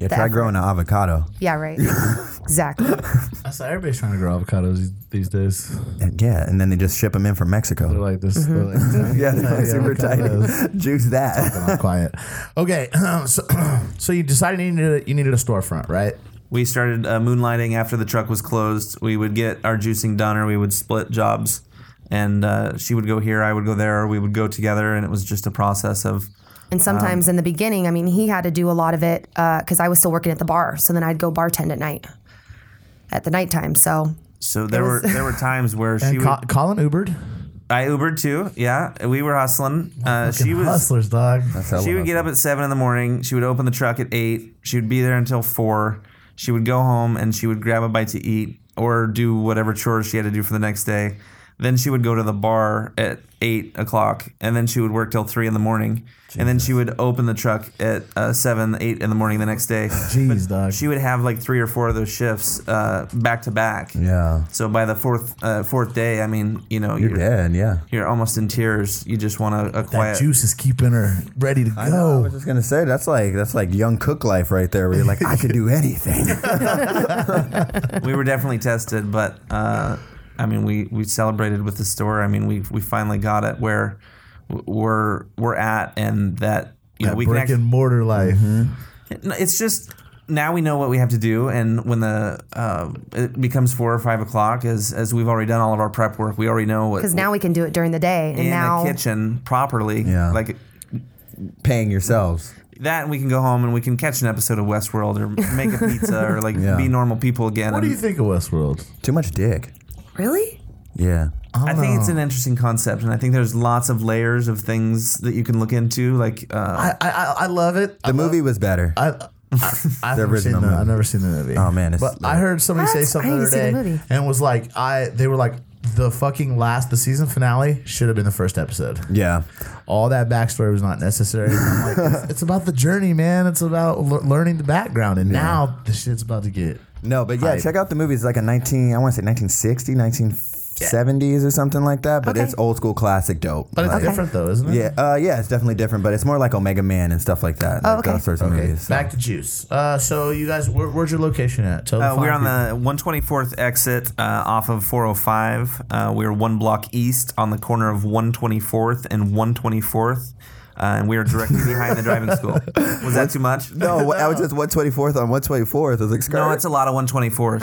Yeah, try growing an avocado. Yeah, right. exactly. That's how everybody's trying to grow avocados these- these days. And yeah, and then they just ship them in from They're Mexico. like this. they're Mm-hmm. like- Yeah, they're super avocados. tight. Juice that. I'm quiet. Okay, so, so you decided you needed, you needed a storefront, right? we started uh, moonlighting after the truck was closed we would get our juicing done or we would split jobs and uh, she would go here i would go there or we would go together and it was just a process of And sometimes in the beginning, I mean, he had to do a lot of it because I was still working at the bar. So then I'd go bartend at night, at the nighttime. So so there were was- there were times where she And would, Co- Colin Ubered. I Ubered too yeah we were hustling uh, she was Hustlers, dog. She would get up at seven in the morning. She would open the truck at eight. She would be there until four. She would go home and she would grab a bite to eat or do whatever chores she had to do for the next day. Then she would go to the bar at eight o'clock and then she would work till three in the morning. And then she would open the truck at uh, seven, eight in the morning the next day. Jeez, dog. She would have like three or four of those shifts uh, back to back. Yeah. So by the fourth uh, fourth day, I mean, you know, you're, You're dead, yeah. you're almost in tears. You just want a, a that quiet. juice is keeping her ready to I know, I was go. just gonna say that's like that's like young cook life right there. Where you're like, I could do anything. we were definitely tested, but uh, I mean, we, we celebrated with the store. I mean, we we finally got it where w- we're we're at, and that you know That we brick and can mortar life. actually, It's just now we know what we have to do, and when the uh, it becomes four or five o'clock, as as we've already done all of our prep work, we already know what because now we can do it during the day. And in now, the kitchen properly. Yeah. like Paying yourselves. that, and we can go home and we can catch an episode of Westworld or make a pizza or like Yeah. be normal people again. What do and- you think of Westworld? Too much dick. really? Yeah. I think Oh, it's an interesting concept, and I think there's lots of layers of things that you can look into. Like, uh, I I, I- I love it. The movie was better. I, I, I've, never seen original the, movie. I've never seen the movie. Oh, man, it's- but I heard somebody say What? something I the need other to see day the movie. and was like, I they were like the fucking last the season finale should have been the first episode. yeah. All that backstory was not necessary. I'm like, it's, it's about the journey, man. It's about l- learning the background, and now the shit's about to get. No, but yeah, I- check out the movie. It's like a 19, I want to say 1960, 1970s or something like that, but Okay. it's old school classic dope. But it's Like- different though, isn't it? Yeah, uh, yeah, it's definitely different, but it's more like Omega Man and stuff like that. Oh, like okay. Those sorts of Okay, movies. so. back to juice. Uh, so you guys, where, where's your location at? Tell uh, fine we're on people. the 124th exit uh, off of 405. Uh, we're one block east on the corner of 124th and 124th, uh, and we are directly behind the driving school. Was that too much? no, I was just 124th on 124th. I was like, skirt. No, it's a lot of 124s.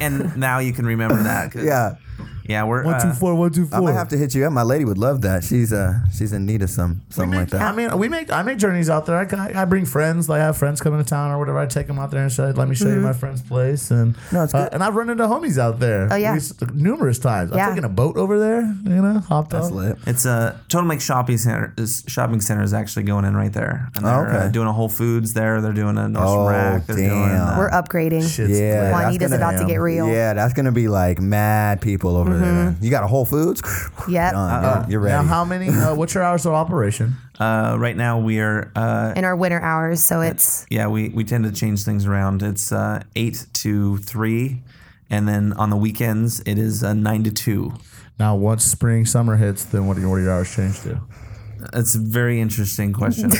and now you can remember that. 'cause, Yeah. You Yeah, we're One two uh, four, one two four. I'm gonna have to hit you up. My lady would love that. She's uh she's in need of some something like that. I mean, we make I make journeys out there. I, got- I bring friends. Like I have friends coming to town or whatever. I take them out there and say, "Let me show you my friend's place." And Mm-hmm. No, it's uh, good. and I've run into homies out there. Oh, yeah. We s- numerous times. Yeah. I've taken a boat over there. You know, hopped That's off. lit. It's a Totem Lake Shopping Center. Is shopping center is actually going in right there. And Oh, they're uh, okay. doing a Whole Foods there. They're doing a Nordstrom Oh, Rack. They're doing. damn. uh, We're upgrading. Shit's Yeah, lit. that's Juanita's gonna- about to get real. Mm-hmm. Yeah, that's gonna be like mad people over there. You got a Whole Foods? Yep. Done, dude. You're Now, ready. how many? Uh, what's your hours of operation? uh, right now we are. Uh, In our winter hours, so it's yeah, we we tend to change things around. It's uh, eight to three, and then on the weekends it is uh, nine to two. Now, once spring summer hits, then what do your, what do your hours change to? It's a very interesting question.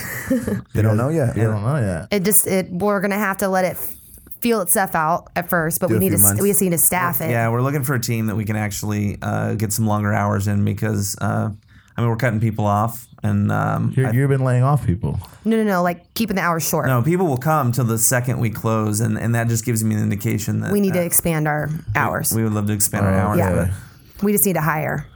they don't know yet. You don't know yet. it just it we're gonna have to let it f- feel itself out at first, but Do we a need few to s months. we just need to staff it. yeah, we're looking for a team that we can actually uh, get some longer hours in because uh, I mean we're cutting people off and um, You're, you've been laying off people. No, no, no, like keeping the hours short. No, people will come till the second we close, and, and that just gives me an indication that We need uh, to expand our hours. We would love to expand Oh, our hours. yeah. but we just need to hire.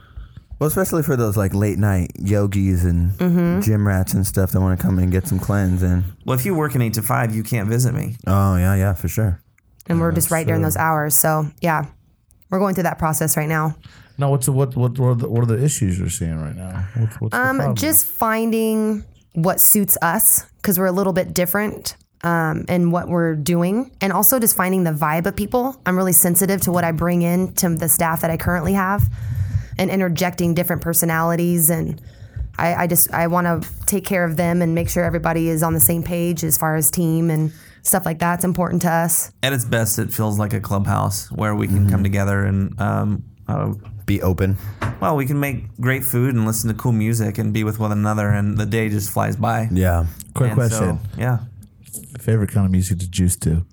Well, especially for those like late night yogis and Mm-hmm. gym rats and stuff that want to come and get some cleanse in. Well, if you work an eight to five, you can't visit me. Oh yeah, yeah, for sure. and we're just right during those hours. So yeah, we're going through that process right now. No, what's the, what what what are, the, what are the issues you're seeing right now? What's, what's the Um, problem? just finding what suits us because we're a little bit different um, in what we're doing, and also just finding the vibe of people. I'm really sensitive to what I bring in to the staff that I currently have, and interjecting different personalities and. I, I just I want to take care of them and make sure everybody is on the same page as far as team and stuff like that's important to us. At its best, it feels like a clubhouse where we can Mm-hmm. come together and, um, uh, Be open. well, we can make great food and listen to cool music and be with one another, and the day just flies by. Yeah. Quick And so, question. yeah. Favorite kind of music to juice to?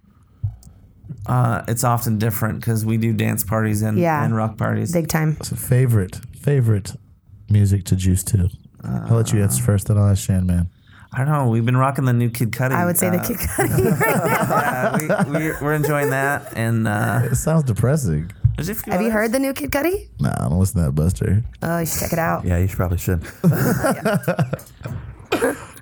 Uh, it's often different because we do dance parties and, Yeah. and rock parties. Big time. It's a favorite favorite music to juice to. I'll let you Uh. answer first, then I'll ask Shan Man. I don't know. We've been rocking the new Kid Cudi. I would say the uh, Kid Cudi right now. yeah, we, we, we're enjoying that. And uh, It sounds depressing. there's a few Have you others. heard the new Kid Cudi? Nah, I don't listen to that Buster. Oh, you should check it out. Yeah, Yeah, you should probably should.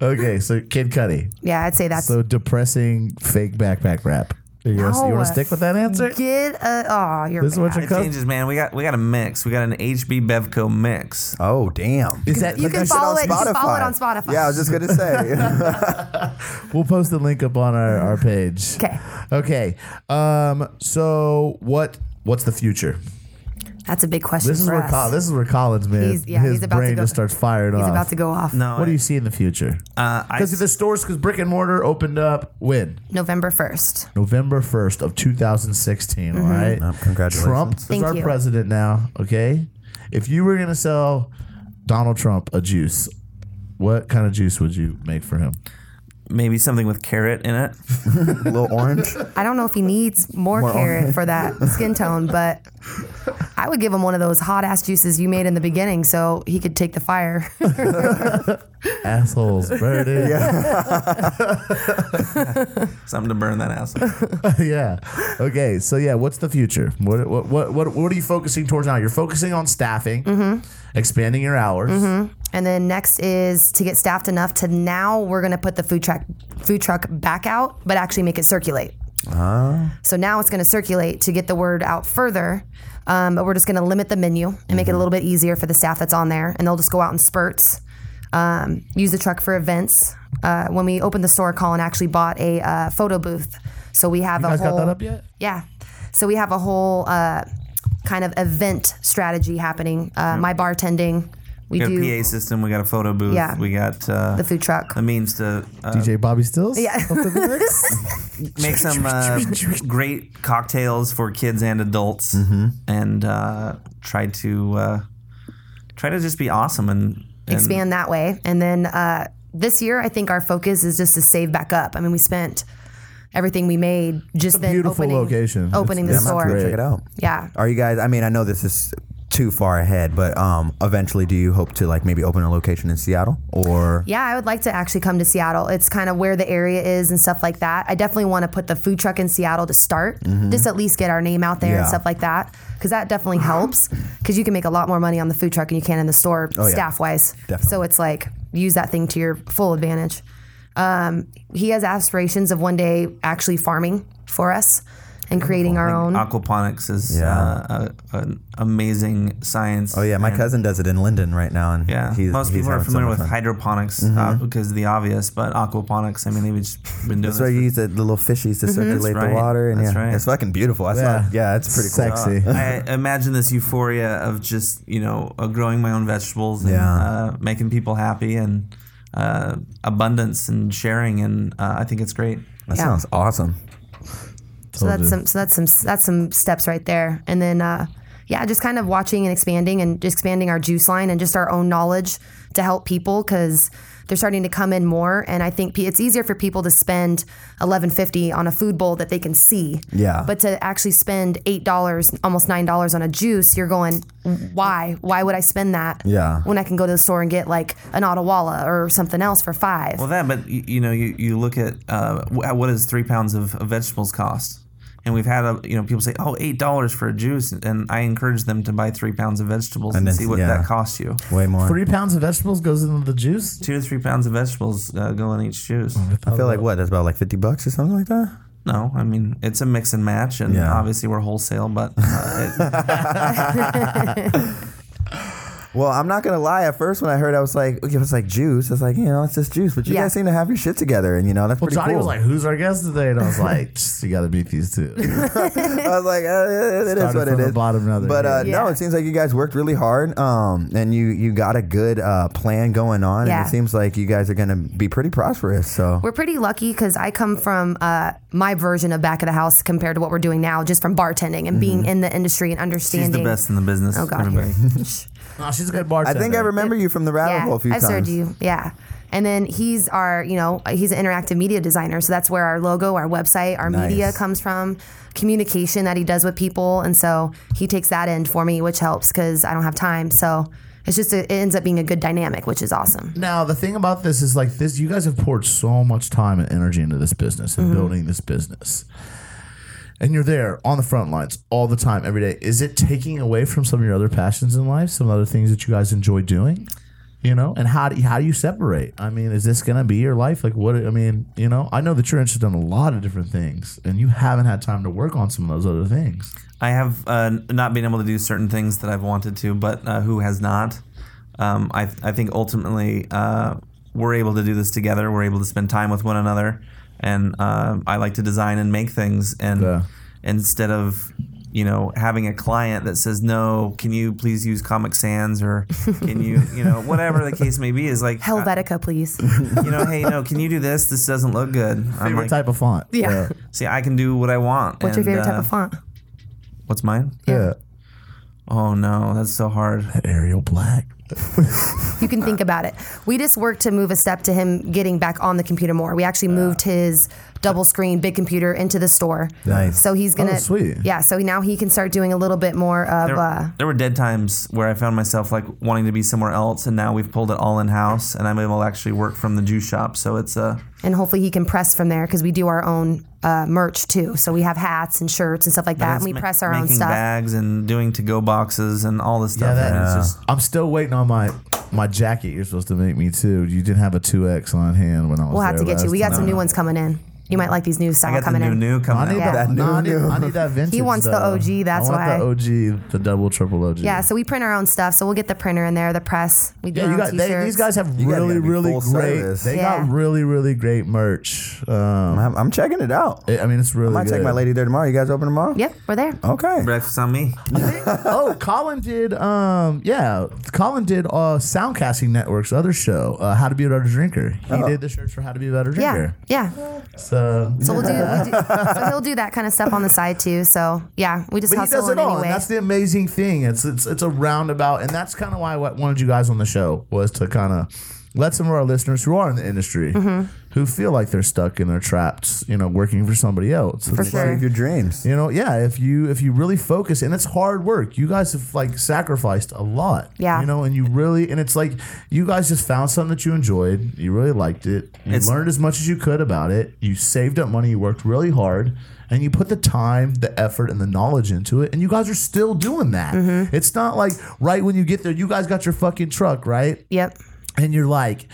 Okay, so Kid Cudi. I'd say that's So depressing fake backpack rap. You want to No. stick with that answer? get a oh, you're This is what bad. you're It Coke? changes, man. We got we got a mix. We got an HB Bevco mix. Oh damn. Is that You Put can that shit on follow it- you can follow it on Spotify. Yeah, I was just gonna say. we'll post the link up on our, our page. 'Kay. Okay. Um so what what's the future? That's a big question This is for where us. Col- this is where Colin's been. He's- yeah, his he's about to brain go- just starts firing He's off. about to go off. No, What do I- you see in the future? Uh, I, Because the stores, because brick and mortar opened up when November first. November first of 2016. all right, congratulations. Trump is Mm-hmm. Thank our you. president now. Okay, if you were gonna sell Donald Trump a juice, what kind of juice would you make for him? maybe something with carrot in it. Little orange. I don't know if he needs more carrot for that skin tone, but I would give him one of those hot ass juices you made in the beginning, so he could take the fire. Assholes, burning. yeah. Something to burn that ass. with. yeah. Okay. So yeah, what's the future? What what what what, what are you focusing towards now? You're focusing on staffing, expanding your hours. and then next is to get staffed enough to now we're gonna put the food truck food truck back out, but actually make it circulate. Uh-huh. So now it's going to circulate to get the word out further. Um, but we're just going to limit the menu and make Mm-hmm. it a little bit easier for the staff that's on there. And they'll just go out in spurts, um, use the truck for events. Uh, when we opened the store, Colin actually bought a uh, photo booth. So we have a guys got whole. that up yet? Yeah. So we have a whole uh, kind of event strategy happening. Uh, Mm-hmm. My bartending. We We got do a PA system. We got a photo booth. Yeah. We got uh, the food truck. the means to uh, DJ Bobby Stills. Yeah. Up in the mix? make some uh, great cocktails for kids and adults, Mm-hmm. and uh, try to uh, try to just be awesome and, and expand that way. And then uh, this year, I think our focus is just to save back up. I mean, we spent everything we made just a then beautiful opening, location. opening It's- the I'm gonna have to store. go check it out. Yeah, Are you guys? I mean, I know this is. too far ahead, but um, eventually, do you hope to like maybe open a location in Seattle or? Yeah, I would like to actually come to Seattle. It's kind of where the area is and stuff like that. I definitely want to put the food truck in Seattle to start, just at least get our name out there Mm-hmm. and Yeah. Mm-hmm. stuff like that, because that definitely helps. Because you can make a lot more money on the food truck than you can in the store, Oh, yeah. staff wise. So Definitely. it's like use that thing to your full advantage. Um, he has aspirations of one day actually farming for us and creating our own. Aquaponics is Yeah. uh, a, an amazing science. Oh yeah, my cousin does it in Linden right now, and Yeah, he's, most he's people are having so familiar much with fun. Mm-hmm. hydroponics uh, because of the obvious, but aquaponics. I mean, they've just been doing That's this where you use the the little fishies to circulate right. the water, and That's yeah, right. it's fucking beautiful. I Yeah. yeah. Saw, yeah, it's pretty cool. Sexy. I imagine this euphoria of just you know uh, growing my own vegetables and Yeah. uh, making people happy and uh, abundance and sharing and uh, I think it's great. That Yeah. sounds awesome. So that's you. some. So that's some. That's some steps right there. And then, uh, yeah, just kind of watching and expanding and just expanding our juice line and just our own knowledge to help people because they're starting to come in more. And I think pe- it's easier for people to spend eleven fifty on a food bowl that they can see. Yeah. But to actually spend eight dollars, almost nine dollars on a juice, you're going, why? Why would I spend that? Yeah. When I can go to the store and get like an Ottawala or something else for five. Well, that but you, you know you, you look at uh, wh- what does three pounds of, of vegetables cost? And we've had a, you know people say oh eight dollars for a juice, and I encourage them to buy three pounds of vegetables and, then- see what yeah. that costs you. Way more. Three pounds of vegetables goes into the juice. Two to three pounds of vegetables uh, go in each juice. I feel like what? That's about like fifty bucks or something like that. No, I mean it's a mix and match, and Yeah. obviously we're wholesale, but uh, it, Well, I'm not gonna lie. At first, when I heard, I was like, okay, it's like juice. I was like, you know, it's just juice. But you Yeah. guys seem to have your shit together, and you know, that's Well, pretty Johnny cool. was like, "Who's our guest today?" And I was like, "Just, "You got to beat these two. I was like, uh, it is Started what from it the is. bottom, now they're but uh, here. no, Yeah. it seems like you guys worked really hard, um, and you you got a good uh, plan going on, Yeah. and it seems like you guys are gonna be pretty prosperous. So We're pretty lucky because I come from uh, my version of back of the house compared to what we're doing now, just from bartending and being in the industry and Mm-hmm. she's understanding. the best in the business. Oh God! everybody. Shh. no, she's a good bartender. I think I remember you from the rabbit yeah, hole a few I've times. served you. Yeah, and then he's our, you know, he's an interactive media designer, so that's where our logo, our website, our Nice. media comes from. Communication that he does with people, and so he takes that end for me, which helps because I don't have time. So it's just a, it ends up being a good dynamic, which is awesome. Now the thing about this is like this: you guys have poured so much time and energy into this business and building this business, and you're there on the front lines all the time, every day. Is it taking away from some of your other passions in life, some other things that you guys enjoy doing? You know, and how do you, how do you separate? I mean, is this gonna be your life? Like, what? I mean, you know, I know that you're interested in a lot of different things, and you haven't had time to work on some of those other things. I have uh, not been able to do certain things that I've wanted to, but uh, who has not? Um, I, I think ultimately uh, we're able to do this together. We're able to spend time with one another, and uh, I like to design and make things. And Yeah. instead of you know having a client that says no, can you please use Comic Sans or can you you know whatever the case may be is like uh, Helvetica, please. you know hey no, can you do this? This doesn't look good. I'm Favorite like, type of font? Yeah. see, I can do what I want. What's your and, favorite type uh, of font? What's mine? yeah. Oh no, that's so hard. Arial black. you can think about it. We just worked to move a step to him getting back on the computer more. We actually moved his double screen big computer into the store. Nice. So he's gonna sweet. Yeah, so now he can start doing a little bit more of there, uh there were dead times where I found myself like wanting to be somewhere else, and now we've pulled it all in house, and I'm able to actually work from the juice shop. So it's uh, a and hopefully he can press from there because we do our own uh, merch too. So we have hats and shirts and stuff like that, and we press our own making stuff. bags and doing to go boxes and all this stuff. that- and it's Yeah. just I'm still waiting on my my jacket. You're supposed to make me too. You didn't have a two X on hand when I was. We'll have to there get you. last We got time. some new ones coming in. You might like these new I style got the coming new in. new I coming need, out. that, That new, no, I, need, new. I need that vintage. wants the though. OG, that's I want why. the OG, the double triple OG. Yeah, so we print our own stuff. So we'll get the printer in there, the press. We do Yeah, our you own got t-shirts. they, these guys have You gotta really, be really full great. service. They Yeah. got really, really great merch. Um, I'm, I'm checking it out. I I mean, it's really. I might good. take my lady there tomorrow. You guys open tomorrow? Yep, we're there. Okay. Breakfast on me. oh, Colin did. Um, yeah, Colin did. Uh, Soundcasting Network's other show, uh, How to Be a Better Drinker. He Oh. did the shirts for How to Be a Better Yeah, Drinker. yeah. So So we'll do, we do so he'll do that kind of stuff on the side too. So yeah, we just But he hustle does in it all. anyway. And that's the amazing thing. It's it's it's a roundabout, and that's kind of Mm-hmm. why I wanted you guys on the show was to kind of let some of our listeners who are in the industry who feel like they're stuck and they're trapped, you know, working for somebody else. For It's like, sure. Live your dreams. You know, yeah. If you if you really focus, and it's hard work. You guys have like sacrificed a lot. Yeah. You know, and you really, and it's like you guys just found something that you enjoyed. You really liked it. You It's- learned as much as you could about it. You saved up money. You worked really hard, and you put the time, the effort, and the knowledge into it. And you guys are still doing that. It's not like right when you get there, you guys got your fucking truck, right? Yep. and you're like,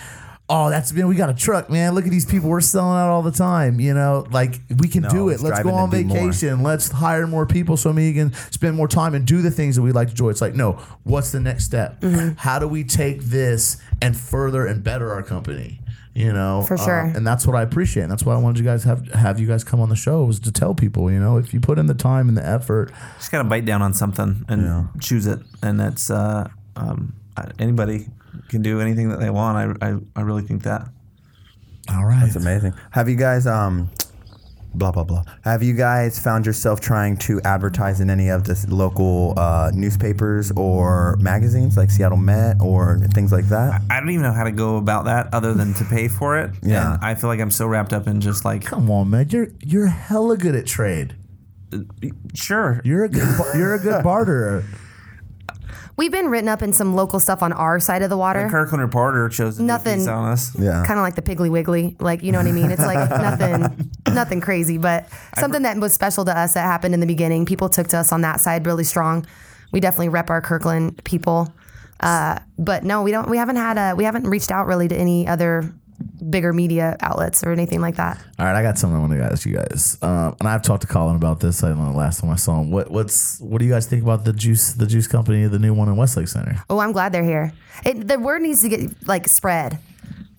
oh, that's man, we got a truck, man. Look at these people, we're selling out all the time. You know, like we can do it. it's Let's go driving to on do more. vacation. Let's hire more people so we can spend more time and do the things that we like to enjoy. It's like, no, what's the next step? Mm-hmm. How do we take this and further and better our company? You know, Uh, For sure. and that's what I appreciate. And that's why I wanted you guys have have you guys come on the show was to tell people, you know, if you put in the time and the effort, Just gotta bite down on something and choose it, and that's uh, um, I- anybody can do anything that they want. I, I, I really think that. all right, It's amazing. Have you guys um blah blah blah. Have you guys found yourself trying to advertise in any of the s- local uh, newspapers or magazines like Seattle Met or things like that? I don't even know how to go about that other than to pay for it. Yeah. And I feel like I'm so wrapped up in just like come on, man, you're you're hella good at trade. sure. You're a good bar- you're a good barterer. We've been written up in some local stuff on our side of the water. The Kirkland Reporter chose to do a Nothing. piece on us. Yeah. Kind of like the Piggly Wiggly, like you know what I mean. It's like nothing, nothing crazy, but something that was special to us that happened in the beginning. People took to us on that side really strong. We definitely rep our Kirkland people, uh, but no, we don't. We haven't had a, we haven't reached out really to any other bigger media outlets or anything like that. All right, I got something I want to ask you guys, um, and I've talked to Colin about this. I don't know, last time I saw him. What what's what do you guys think about the juice the juice company, the new one in Westlake Center? Oh, I'm glad they're here. It, the word needs to get like spread.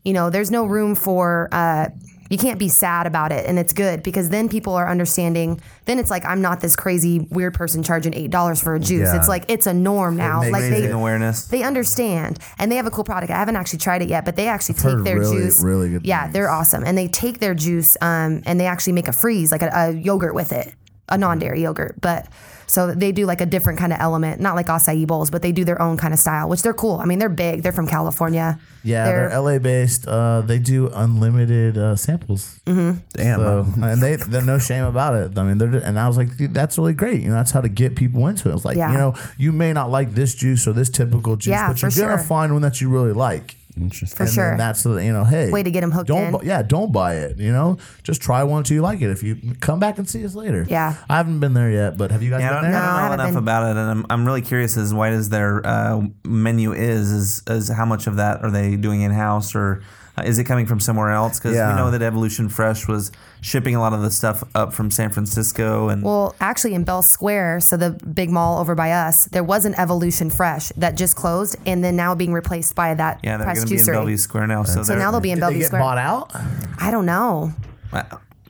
You know, there's no room for uh, you can't be sad about it, and it's good because then people are understanding. Then it's like I'm not this crazy weird person charging eight dollars for a juice. Yeah. It's like it's a norm now. makes like Raising they awareness. they understand and they have a cool product. I haven't actually tried it yet, but they actually take heard their really- juice. really good Yeah, things. they're awesome, and they take their juice um, and they actually make a freeze, like a, a yogurt with it, a non-dairy yogurt. But so they do like a different kind of element, not like acai bowls, but they do their own kind of style, which they're cool. I mean, they're big. They're from California. Yeah, they're, LA based. Uh, they do unlimited uh, samples, Mm-hmm. Damn. so, and they they're no shame about it. I mean, they're and I was like, Dude, that's really great. You know, that's how to get people into it. I was like, Yeah. you know, you may not like this juice or this typical juice, Yeah, but you're for gonna sure. find one that you really like. Interesting. for and sure. Then that's the you know, hey, Way to get 'em hooked Don't in. bu- yeah, don't buy it. You know, just try one until you like it. If you come back and see us later. Yeah. I haven't been there yet, but have you guys Yeah, I been don't, there? No, I I don't know haven't enough been. about it, and I'm, I'm really curious as wide as their uh, menu is, is is how much of that are they doing in house or uh, is it coming from somewhere else? Because Yeah. we know that Evolution Fresh was shipping a lot of the stuff up from San Francisco, and Well, actually, in Bell Square, so the big mall over by us, there was an Evolution Fresh that just closed, and then now being replaced by that yeah, they're press going to be in juicery. Bellevue Square now. So, so now they'll be in Did they Bellevue get Square. bought out? I don't know. I,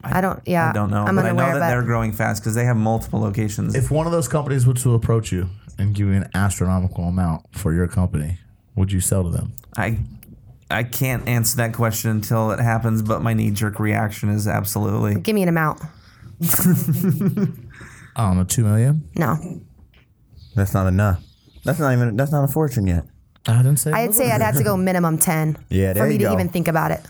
I don't. Yeah, I don't know, uh, I'm but I unaware, know that but they're growing fast because they have multiple locations. If one of those companies were to approach you and give you an astronomical amount for your company, would you sell to them? I I can't answer that question until it happens, but my knee jerk reaction is absolutely. give me an amount. I don't know, two million. No, That's not enough. That's not even that's not a fortune yet. I didn't say. I'd say I'd have to go minimum ten. Yeah, for there me you to go. even think about it.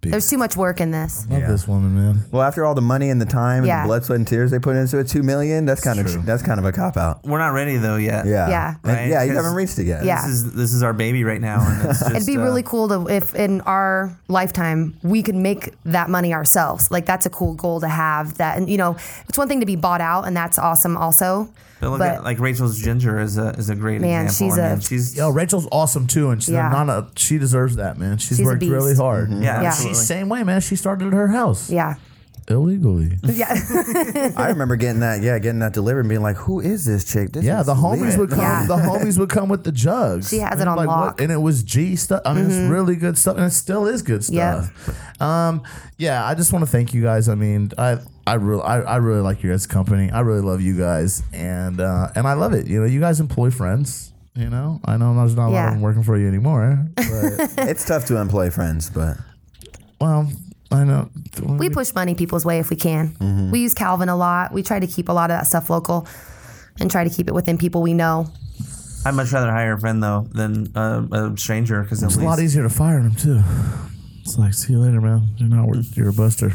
Big- There's too much work in this. Love this woman, man. Well, after all the money and the time Yeah. and the blood, sweat, and tears they put into it, two million. That's kind true. of that's kind of a cop out. We're not ready though yet. Yeah. Yeah. And- Right, yeah. You 'cause- haven't reached it yet. Yeah. This is this is our baby right now. And it's just, It'd be uh, really cool to if in our lifetime we could make that money ourselves. Like that's a cool goal to have. That and you know it's one thing to be bought out and that's awesome also. But look but- at like Rachel's ginger is a is a great Man, example. she's I mean, a- she's Yo, Rachel's awesome too, and she's Yeah. not a, she deserves that, man. She's, She's a worked beast. really hard. Mm-hmm. yeah, yeah. absolutely. She's same way, man. She started her house Yeah, illegally. yeah. I remember getting that. Yeah, getting that delivered and being like, "Who is this chick?" This Yeah, is the homies lit." would come. Yeah. The homies would come with the jugs. She has And it on like, what- lock. Mm-hmm. and it was G stuff. I mean, it's really good stuff, and it still is good Yep. stuff. Um, yeah, I just want to thank you guys. I mean, I I really I, I really like your guys' company. I really love you guys, and uh, and I love it. You know, you guys employ friends. You know, I know there's not a lot Yeah. of them working for you anymore. But, It's tough to employ friends, but well, I know. we push money people's way if we can. Mm-hmm. We use Calvin a lot. We try to keep a lot of that stuff local, and try to keep it within people we know. I'd much rather hire a friend though than uh, a stranger because it's a lot easier to fire them too. It's like, see you later, man. You're not worth. You're a buster.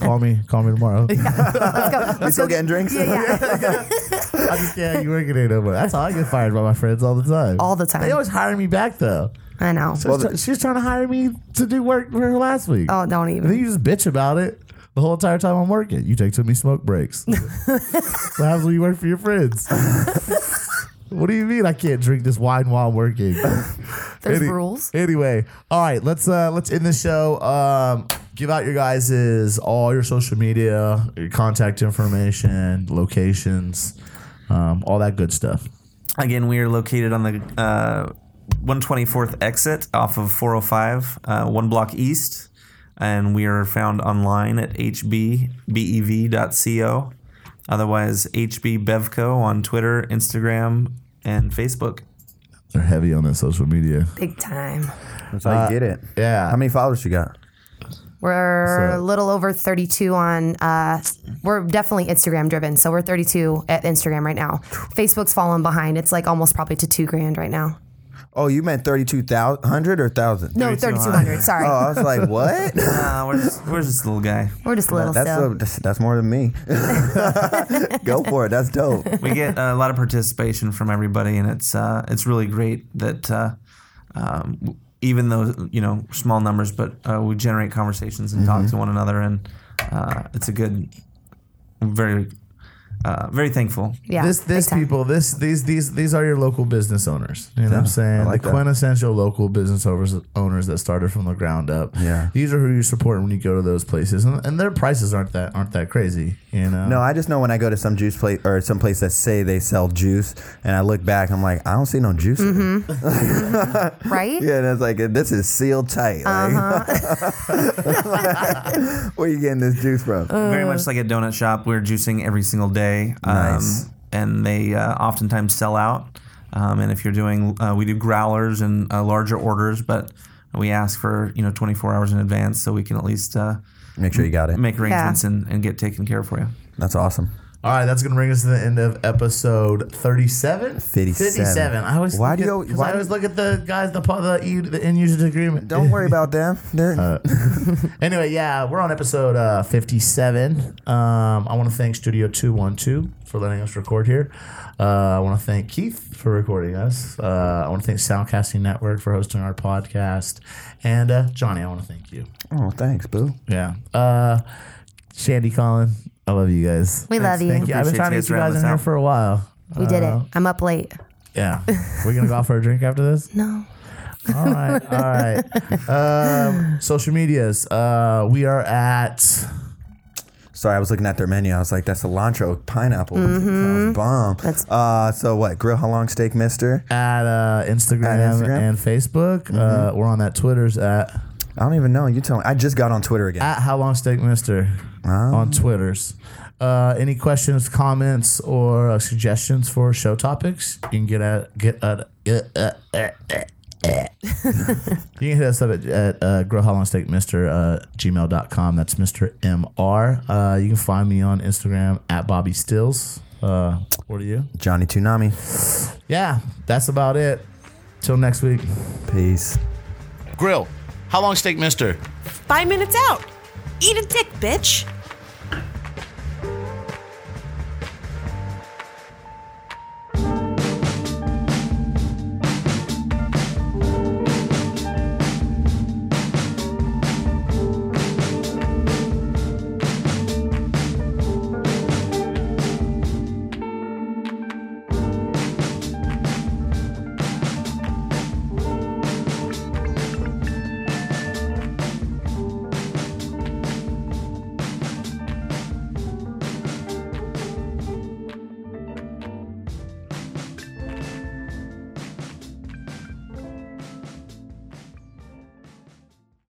call me. Call me tomorrow. We still getting drinks? I just can't. You working ain't no more. That's how I get fired by my friends all the time. All the time. They always hire me back though. I know. So she's try- she's trying to hire me to do work for her last week. Oh, don't even. And then you just bitch about it the whole entire time I'm working. You take too many smoke breaks. what happens when you work for your friends? what do you mean I can't drink this wine while I'm working? There's Any- rules. Anyway, all right, let's uh let's end the show. Um give out your guys' all your social media, your contact information, locations, um, all that good stuff. Again, we are located on the uh, 124th exit off of 405, uh, one block east, and we are found online at E hbbbev.co. Otherwise, hbbevco on Twitter, Instagram, and Facebook. They're heavy on that social media. Big time. That's how you get it. yeah. How many followers you got? We're So- a little over 32 on, uh, we're definitely Instagram driven. So we're 32 at Instagram right now. Facebook's falling behind. It's like almost probably to two grand right now. Oh, you meant 32,000 or 1,000? No, 3,200. Sorry. Oh, I was like, what? Uh, we're, just, we're just a little guy. we're just little That's, still. a, that's that's more than me. Go for it. That's dope. we get a lot of participation from everybody, and it's uh, it's really great that uh, um, w- even though you know small numbers, but uh, we generate conversations and talk to one another, and uh, it's a good, very, uh, very thankful. yeah. this big this time. people this these these these are your local business owners. You know what I'm saying? like the that. quintessential local business owners owners that started from the ground up. Yeah. these are who you support when you go to those places, and, and their prices aren't that aren't that crazy. You know? No, I just know when I go to some juice place or some place that say they sell juice, and I look back, I'm like, I don't see no juice. in here. Right? Yeah, and it's like this is sealed tight. Like, where you getting this juice from? Very much like a donut shop, we're juicing every single day, um, Nice. and they uh, oftentimes sell out. Um, and if you're doing, uh, we do growlers and uh, larger orders, but we ask for you know 24 hours in advance so we can at least uh, Make sure you got it. make arrangements and, and get taken care of for you. That's awesome. All right, that's gonna bring us to the end of episode 37. 57. I always Why look do at- you- 'cause why I do- always look at the guys the po- the, E- the end user agreement. Don't worry about them. They're- Uh, Anyway, yeah, we're on episode uh, 57. Um, I want to thank Studio 212 for letting us record here. Uh, I want to thank Keith for recording us. Uh, I want to thank Soundcasting Network for hosting our podcast. And uh, Johnny, I want to thank you. oh, thanks, boo. Yeah. Uh, Shandy Colin, I love you guys. We love you. Thank you. I've been Appreciate trying to you get you guys guys rounding in us here out. for a while. We did it. I'm up late. Yeah. We're going to go out for a drink after this? No. All right, all right. Um, social medias. Uh, we are at Sorry, I was looking at their menu. I was like, that's cilantro pineapple. Sounds bomb. That's- uh, so what? Grill how long steak, Mister? at uh, Instagram, At Instagram? Mm-hmm. and Facebook. Uh, we're on that Twitter's at I don't even know. You tell me. I just got on Twitter again. at How Long Steak Mister Ah. on Twitter's. Uh, any questions, comments, or uh, suggestions for show topics? You can get at get at. Uh, uh, uh, uh, uh. you can hit us up at, at uh, grow how long steak mister uh, gmail.com that's mr mr uh, you can find me on instagram at bobby stills uh, what are you Johnny Toonami. yeah that's about it till next week Peace. grill how long steak mister Five minutes out. Eat a dick, bitch.